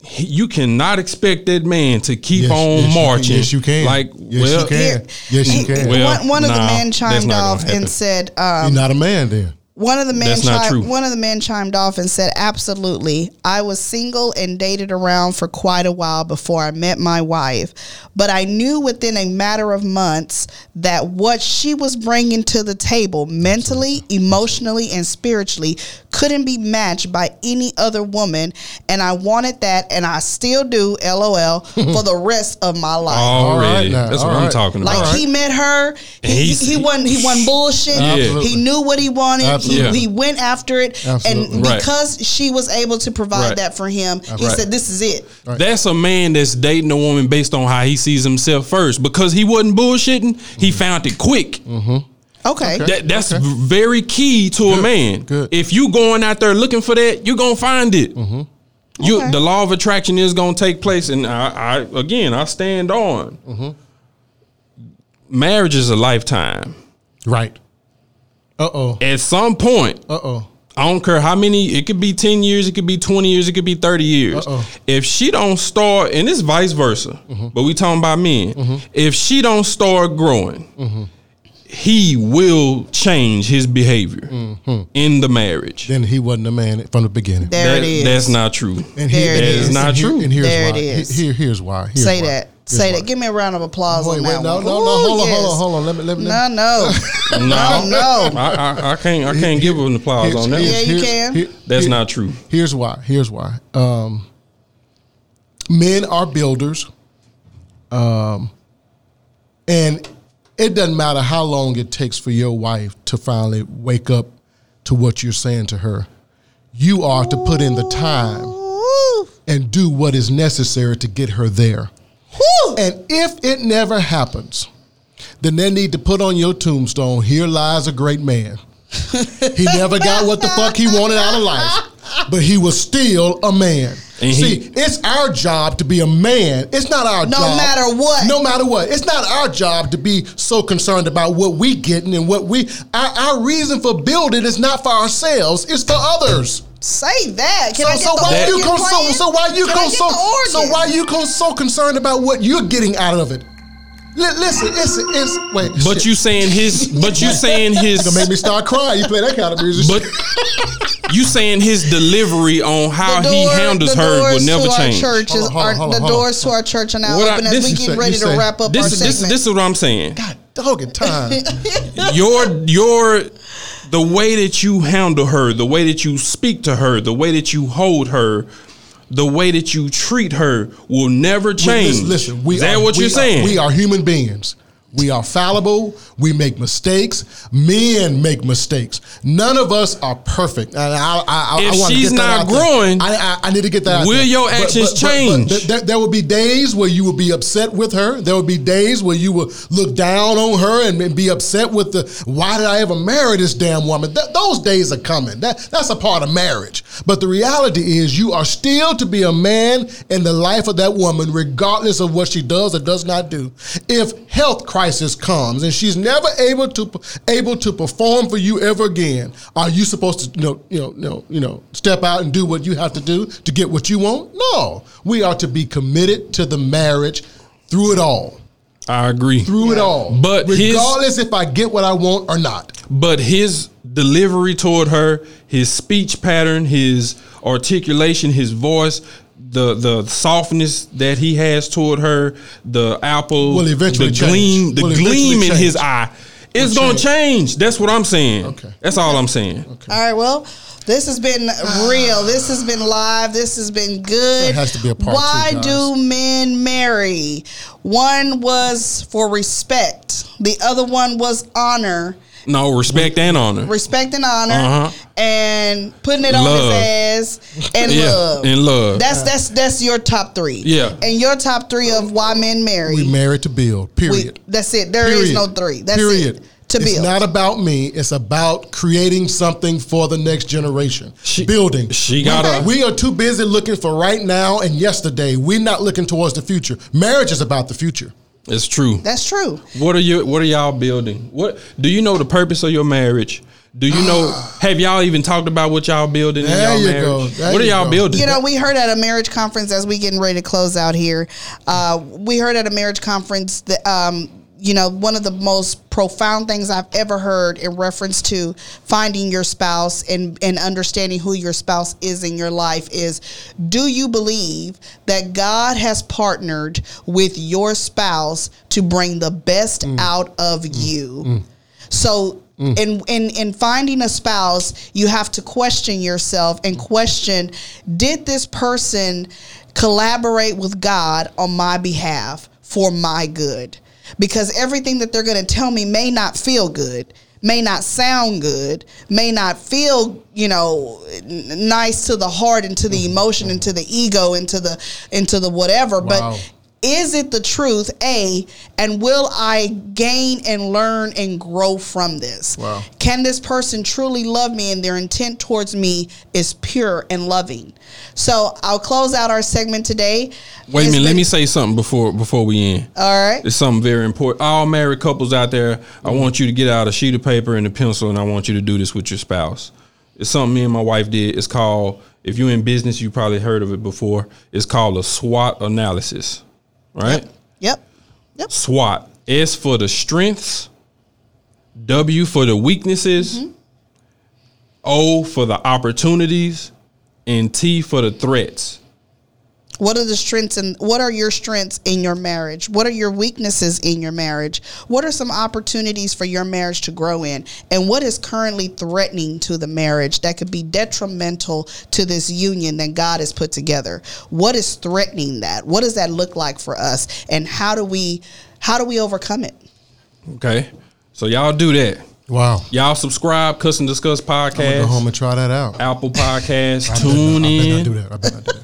Speaker 1: he- you cannot expect that man to keep
Speaker 3: Yes,
Speaker 1: on
Speaker 3: yes, you can-
Speaker 1: marching.
Speaker 3: yes, you can.
Speaker 1: Like,
Speaker 3: yes,
Speaker 1: well,
Speaker 3: you can. Yes, you can.
Speaker 1: Well,
Speaker 2: one, one of the
Speaker 1: nah,
Speaker 2: men
Speaker 1: that's
Speaker 2: chimed
Speaker 1: not gonna
Speaker 2: off
Speaker 1: happen.
Speaker 2: and said, um,
Speaker 3: You're not a man then.
Speaker 2: One of the men
Speaker 1: That's not
Speaker 2: chi-
Speaker 1: true.
Speaker 2: one of the men chimed off and said, "Absolutely. I was single and dated around for quite a while before I met my wife, but I knew within a matter of months that what she was bringing to the table mentally, emotionally, and spiritually couldn't be matched by any other woman, and I wanted that and I still do,
Speaker 1: [LAUGHS]
Speaker 2: LOL, for the rest of my life."
Speaker 1: already.
Speaker 3: Alright now,
Speaker 1: that's what I'm
Speaker 3: alright.
Speaker 1: talking about.
Speaker 2: Like he met her, he,
Speaker 1: he's-
Speaker 2: he, he wasn't he wasn't bullshit.
Speaker 1: Absolutely.
Speaker 2: He knew what he wanted. He,
Speaker 1: Absolutely.
Speaker 2: he went after it,
Speaker 3: Absolutely.
Speaker 2: and
Speaker 1: Right.
Speaker 2: because she was able to provide
Speaker 1: Right.
Speaker 2: that for him, he
Speaker 1: Right.
Speaker 2: said, "This is it."
Speaker 1: That's a man that's dating a woman based on how he sees himself first. Because he wasn't bullshitting, he found it quick.
Speaker 2: Okay,
Speaker 1: That, that's very key to a man.
Speaker 3: good.
Speaker 1: If you going out there looking for that, you're gonna find it. You,
Speaker 2: Okay.
Speaker 1: the law of attraction is gonna take place, and I, I again, I stand on. Marriage is a lifetime.
Speaker 3: Right. Uh oh.
Speaker 1: At some point,
Speaker 3: Uh oh.
Speaker 1: I don't care how many. It could be ten years, it could be twenty years, it could be thirty years.
Speaker 3: Uh-oh. Mm-hmm.
Speaker 1: If she don't start, and it's vice versa, but we talking about men. If she don't start growing,
Speaker 3: Mm-hmm.
Speaker 1: he will change his behavior
Speaker 3: Mm-hmm.
Speaker 1: in the marriage.
Speaker 3: Then he wasn't a man from the beginning.
Speaker 2: there
Speaker 1: That-
Speaker 2: it is.
Speaker 1: That's not true.
Speaker 3: and
Speaker 2: there it
Speaker 1: That is
Speaker 2: is.
Speaker 1: not
Speaker 3: and here-
Speaker 1: true.
Speaker 3: And here's
Speaker 2: There it
Speaker 3: why.
Speaker 2: is.
Speaker 3: He- Here, here's why. Here's
Speaker 2: Say
Speaker 3: why.
Speaker 2: that.
Speaker 3: Here's
Speaker 2: Say
Speaker 3: why.
Speaker 2: that. Give me a round of applause
Speaker 3: Wait,
Speaker 2: on
Speaker 3: wait,
Speaker 2: that
Speaker 3: no, no,
Speaker 2: one.
Speaker 3: no,
Speaker 2: Ooh,
Speaker 3: hold on,
Speaker 2: yes.
Speaker 3: hold on, hold on. Let me, let me,
Speaker 2: No,
Speaker 3: let
Speaker 2: no,
Speaker 3: me. [LAUGHS]
Speaker 1: No,
Speaker 2: no, no.
Speaker 1: I, I, I can't. I can't give an applause on that.
Speaker 2: Yeah,
Speaker 1: one.
Speaker 2: you can.
Speaker 1: That's not true.
Speaker 3: Here's why. Here's why. Um, men are builders. Um, and it doesn't matter how long it takes for your wife to finally wake up to what you're saying to her. You are to put in the time
Speaker 2: Woo.
Speaker 3: and do what is necessary to get her there.
Speaker 2: Woo.
Speaker 3: And if it never happens, then they need to put on your tombstone, here lies a
Speaker 2: [LAUGHS]
Speaker 3: great man. he never got what the fuck he wanted out of life, but he was still a man.
Speaker 1: And he-
Speaker 3: See, it's our job to be a man. It's not our
Speaker 2: No
Speaker 3: job.
Speaker 2: matter what.
Speaker 3: No matter what. It's not our job to be so concerned about what we getting and what we our, our reason for building is not for ourselves, it's for others.
Speaker 2: Say that. Can I
Speaker 3: So,
Speaker 2: get
Speaker 3: so
Speaker 2: the
Speaker 3: why
Speaker 2: organ
Speaker 3: you con- so,
Speaker 2: playing?
Speaker 3: so why you
Speaker 2: Can I
Speaker 3: con-
Speaker 2: get
Speaker 3: so,
Speaker 2: the organ?
Speaker 3: so why you con- so concerned about what you're getting out of it? Li- listen, listen, it's wait.
Speaker 1: But you saying his. But you
Speaker 3: [LAUGHS]
Speaker 1: saying
Speaker 3: gonna
Speaker 1: his.
Speaker 3: make me start crying. You play that kind of music.
Speaker 1: But you saying his delivery on how
Speaker 2: The
Speaker 1: he
Speaker 2: door-
Speaker 1: handles
Speaker 2: the
Speaker 1: her will
Speaker 2: doors
Speaker 1: never
Speaker 2: to
Speaker 1: change.
Speaker 2: Our churches
Speaker 3: Hold on, hold on,
Speaker 2: are-
Speaker 3: hold on,
Speaker 2: the
Speaker 3: hold on.
Speaker 2: doors to our church are now
Speaker 1: What I-
Speaker 2: open
Speaker 1: this
Speaker 2: as we
Speaker 1: you
Speaker 2: get
Speaker 3: say-
Speaker 2: ready
Speaker 3: you
Speaker 2: to
Speaker 3: say-
Speaker 2: wrap up
Speaker 1: This
Speaker 2: our
Speaker 1: is this,
Speaker 2: segment.
Speaker 1: this is what I'm saying.
Speaker 3: dog
Speaker 2: [LAUGHS]
Speaker 3: and time.
Speaker 1: Your your the way that you handle her, the way that you speak to her, the way that you hold her, the way that you treat her will never change.
Speaker 3: Listen, listen, we
Speaker 1: is that
Speaker 3: are,
Speaker 1: what
Speaker 3: we
Speaker 1: you're
Speaker 3: are-
Speaker 1: saying?
Speaker 3: we are human beings. We are fallible. We make mistakes. Men make mistakes. None of us are perfect. And I, I, I,
Speaker 1: If
Speaker 3: I wanna
Speaker 1: she's
Speaker 3: get that
Speaker 1: not
Speaker 3: out there.
Speaker 1: growing,
Speaker 3: I, I, I need to get that. out
Speaker 1: will
Speaker 3: there.
Speaker 1: your actions change?
Speaker 3: th- there, there will be days where you will be upset with her. There will be days where you will look down on her and be upset with the why did I ever marry this damn woman? Th- those days are coming. That that's a part of marriage. But the reality is, you are still to be a man in the life of that woman, regardless of what she does or does not do. If health crisis crisis comes and she's never able to able to perform for you ever again, are you supposed to you know you know you know, you know step out and do what you have to do to get what you want? No, we are to be committed to the marriage through it all,
Speaker 1: I agree.
Speaker 3: through it all.
Speaker 1: But his-
Speaker 3: regardless if I get what I want or not,
Speaker 1: But his delivery toward her, his speech pattern, his articulation, his voice, the the softness that he has toward her, the apple,
Speaker 3: Will eventually
Speaker 1: the
Speaker 3: change.
Speaker 1: gleam, the
Speaker 3: Will eventually
Speaker 1: gleam in his
Speaker 3: change.
Speaker 1: eye, it's gonna change. That's what I'm saying.
Speaker 3: Okay.
Speaker 1: That's all I'm saying.
Speaker 2: All right, well, this has been real. This has been live. This has been good.
Speaker 3: There has to be a part two,
Speaker 2: Why
Speaker 3: guys.
Speaker 2: do men marry? One was for respect. The other one was honor.
Speaker 1: No respect and honor.
Speaker 2: Respect and honor,
Speaker 1: Uh-huh.
Speaker 2: and putting it
Speaker 1: Love.
Speaker 2: on his ass, and
Speaker 1: yeah,
Speaker 2: love.
Speaker 1: and love.
Speaker 2: That's that's that's your top three.
Speaker 1: Yeah.
Speaker 2: and your top three of why men marry.
Speaker 3: we married to build.
Speaker 2: We-
Speaker 3: Period.
Speaker 2: that's it. There is no three. That's
Speaker 3: Period.
Speaker 2: it. To
Speaker 3: it's
Speaker 2: build.
Speaker 3: not about me. It's about creating something for the next generation.
Speaker 1: She-
Speaker 3: Building.
Speaker 1: she gotta-
Speaker 3: We are too busy looking for right now and yesterday. We're not looking towards the future. Marriage is about the future.
Speaker 1: it's true.
Speaker 2: that's true.
Speaker 1: What are you what are y'all building? What do you know the purpose of your marriage? Do you
Speaker 3: [SIGHS]
Speaker 1: know have y'all even talked about what y'all building
Speaker 3: There
Speaker 1: in
Speaker 3: you
Speaker 1: y'all marriage?
Speaker 3: go. There
Speaker 1: What are
Speaker 3: you
Speaker 1: y'all
Speaker 3: go.
Speaker 1: building?
Speaker 2: You know, we heard at a marriage conference as we getting ready to close out here. Uh, we heard at a marriage conference that um, you know one of the most profound things I've ever heard in reference to finding your spouse and and understanding who your spouse is in your life is: Do you believe that God has partnered with your spouse to bring the best
Speaker 3: Mm.
Speaker 2: out of you? So in in in finding a spouse, you have to question yourself and question did this person collaborate with God on my behalf for my good? Because everything that they're going to tell me may not feel good, may not sound good, may not feel, you know, n- nice to the heart and to the emotion and to the ego and to the into the whatever,
Speaker 3: Wow.
Speaker 2: but is it the truth a and will i gain and learn and grow from this
Speaker 3: Wow.
Speaker 2: can this person truly love me and their intent towards me is pure and loving so i'll close out our segment today
Speaker 1: Wait a
Speaker 2: It's
Speaker 1: minute, let
Speaker 2: been-
Speaker 1: me say something before before we end.
Speaker 2: all right
Speaker 1: It's something very important. All married couples out there, I want you to get out a sheet of paper and a pencil, and I want you to do this with your spouse. It's something me and my wife did. It's called, if you're in business, you probably heard of it before. It's called a SWOT analysis, right?
Speaker 2: yep yep
Speaker 1: SWOT. S for the strengths, W for the weaknesses, O for the opportunities, and T for the threats.
Speaker 2: What are the strengths and what are your strengths in your marriage? What are your weaknesses in your marriage? What are some opportunities for your marriage to grow in? And what is currently threatening to the marriage that could be detrimental to this union that God has put together? What is threatening that? What does that look like for us? And how do we how do we overcome it?
Speaker 1: Okay. So y'all do that.
Speaker 3: Wow.
Speaker 1: Y'all subscribe, Cuss and Discuss
Speaker 3: I'm gonna go
Speaker 1: Podcast,
Speaker 3: home and try that out.
Speaker 1: Apple Podcast,
Speaker 3: I better not-
Speaker 1: Tune
Speaker 3: I better not do
Speaker 1: In,
Speaker 3: that. I better not do that.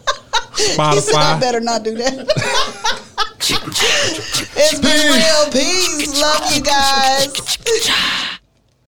Speaker 2: He said, I
Speaker 1: Spotify.
Speaker 2: better not do that. it's been real. Peace. Love you guys.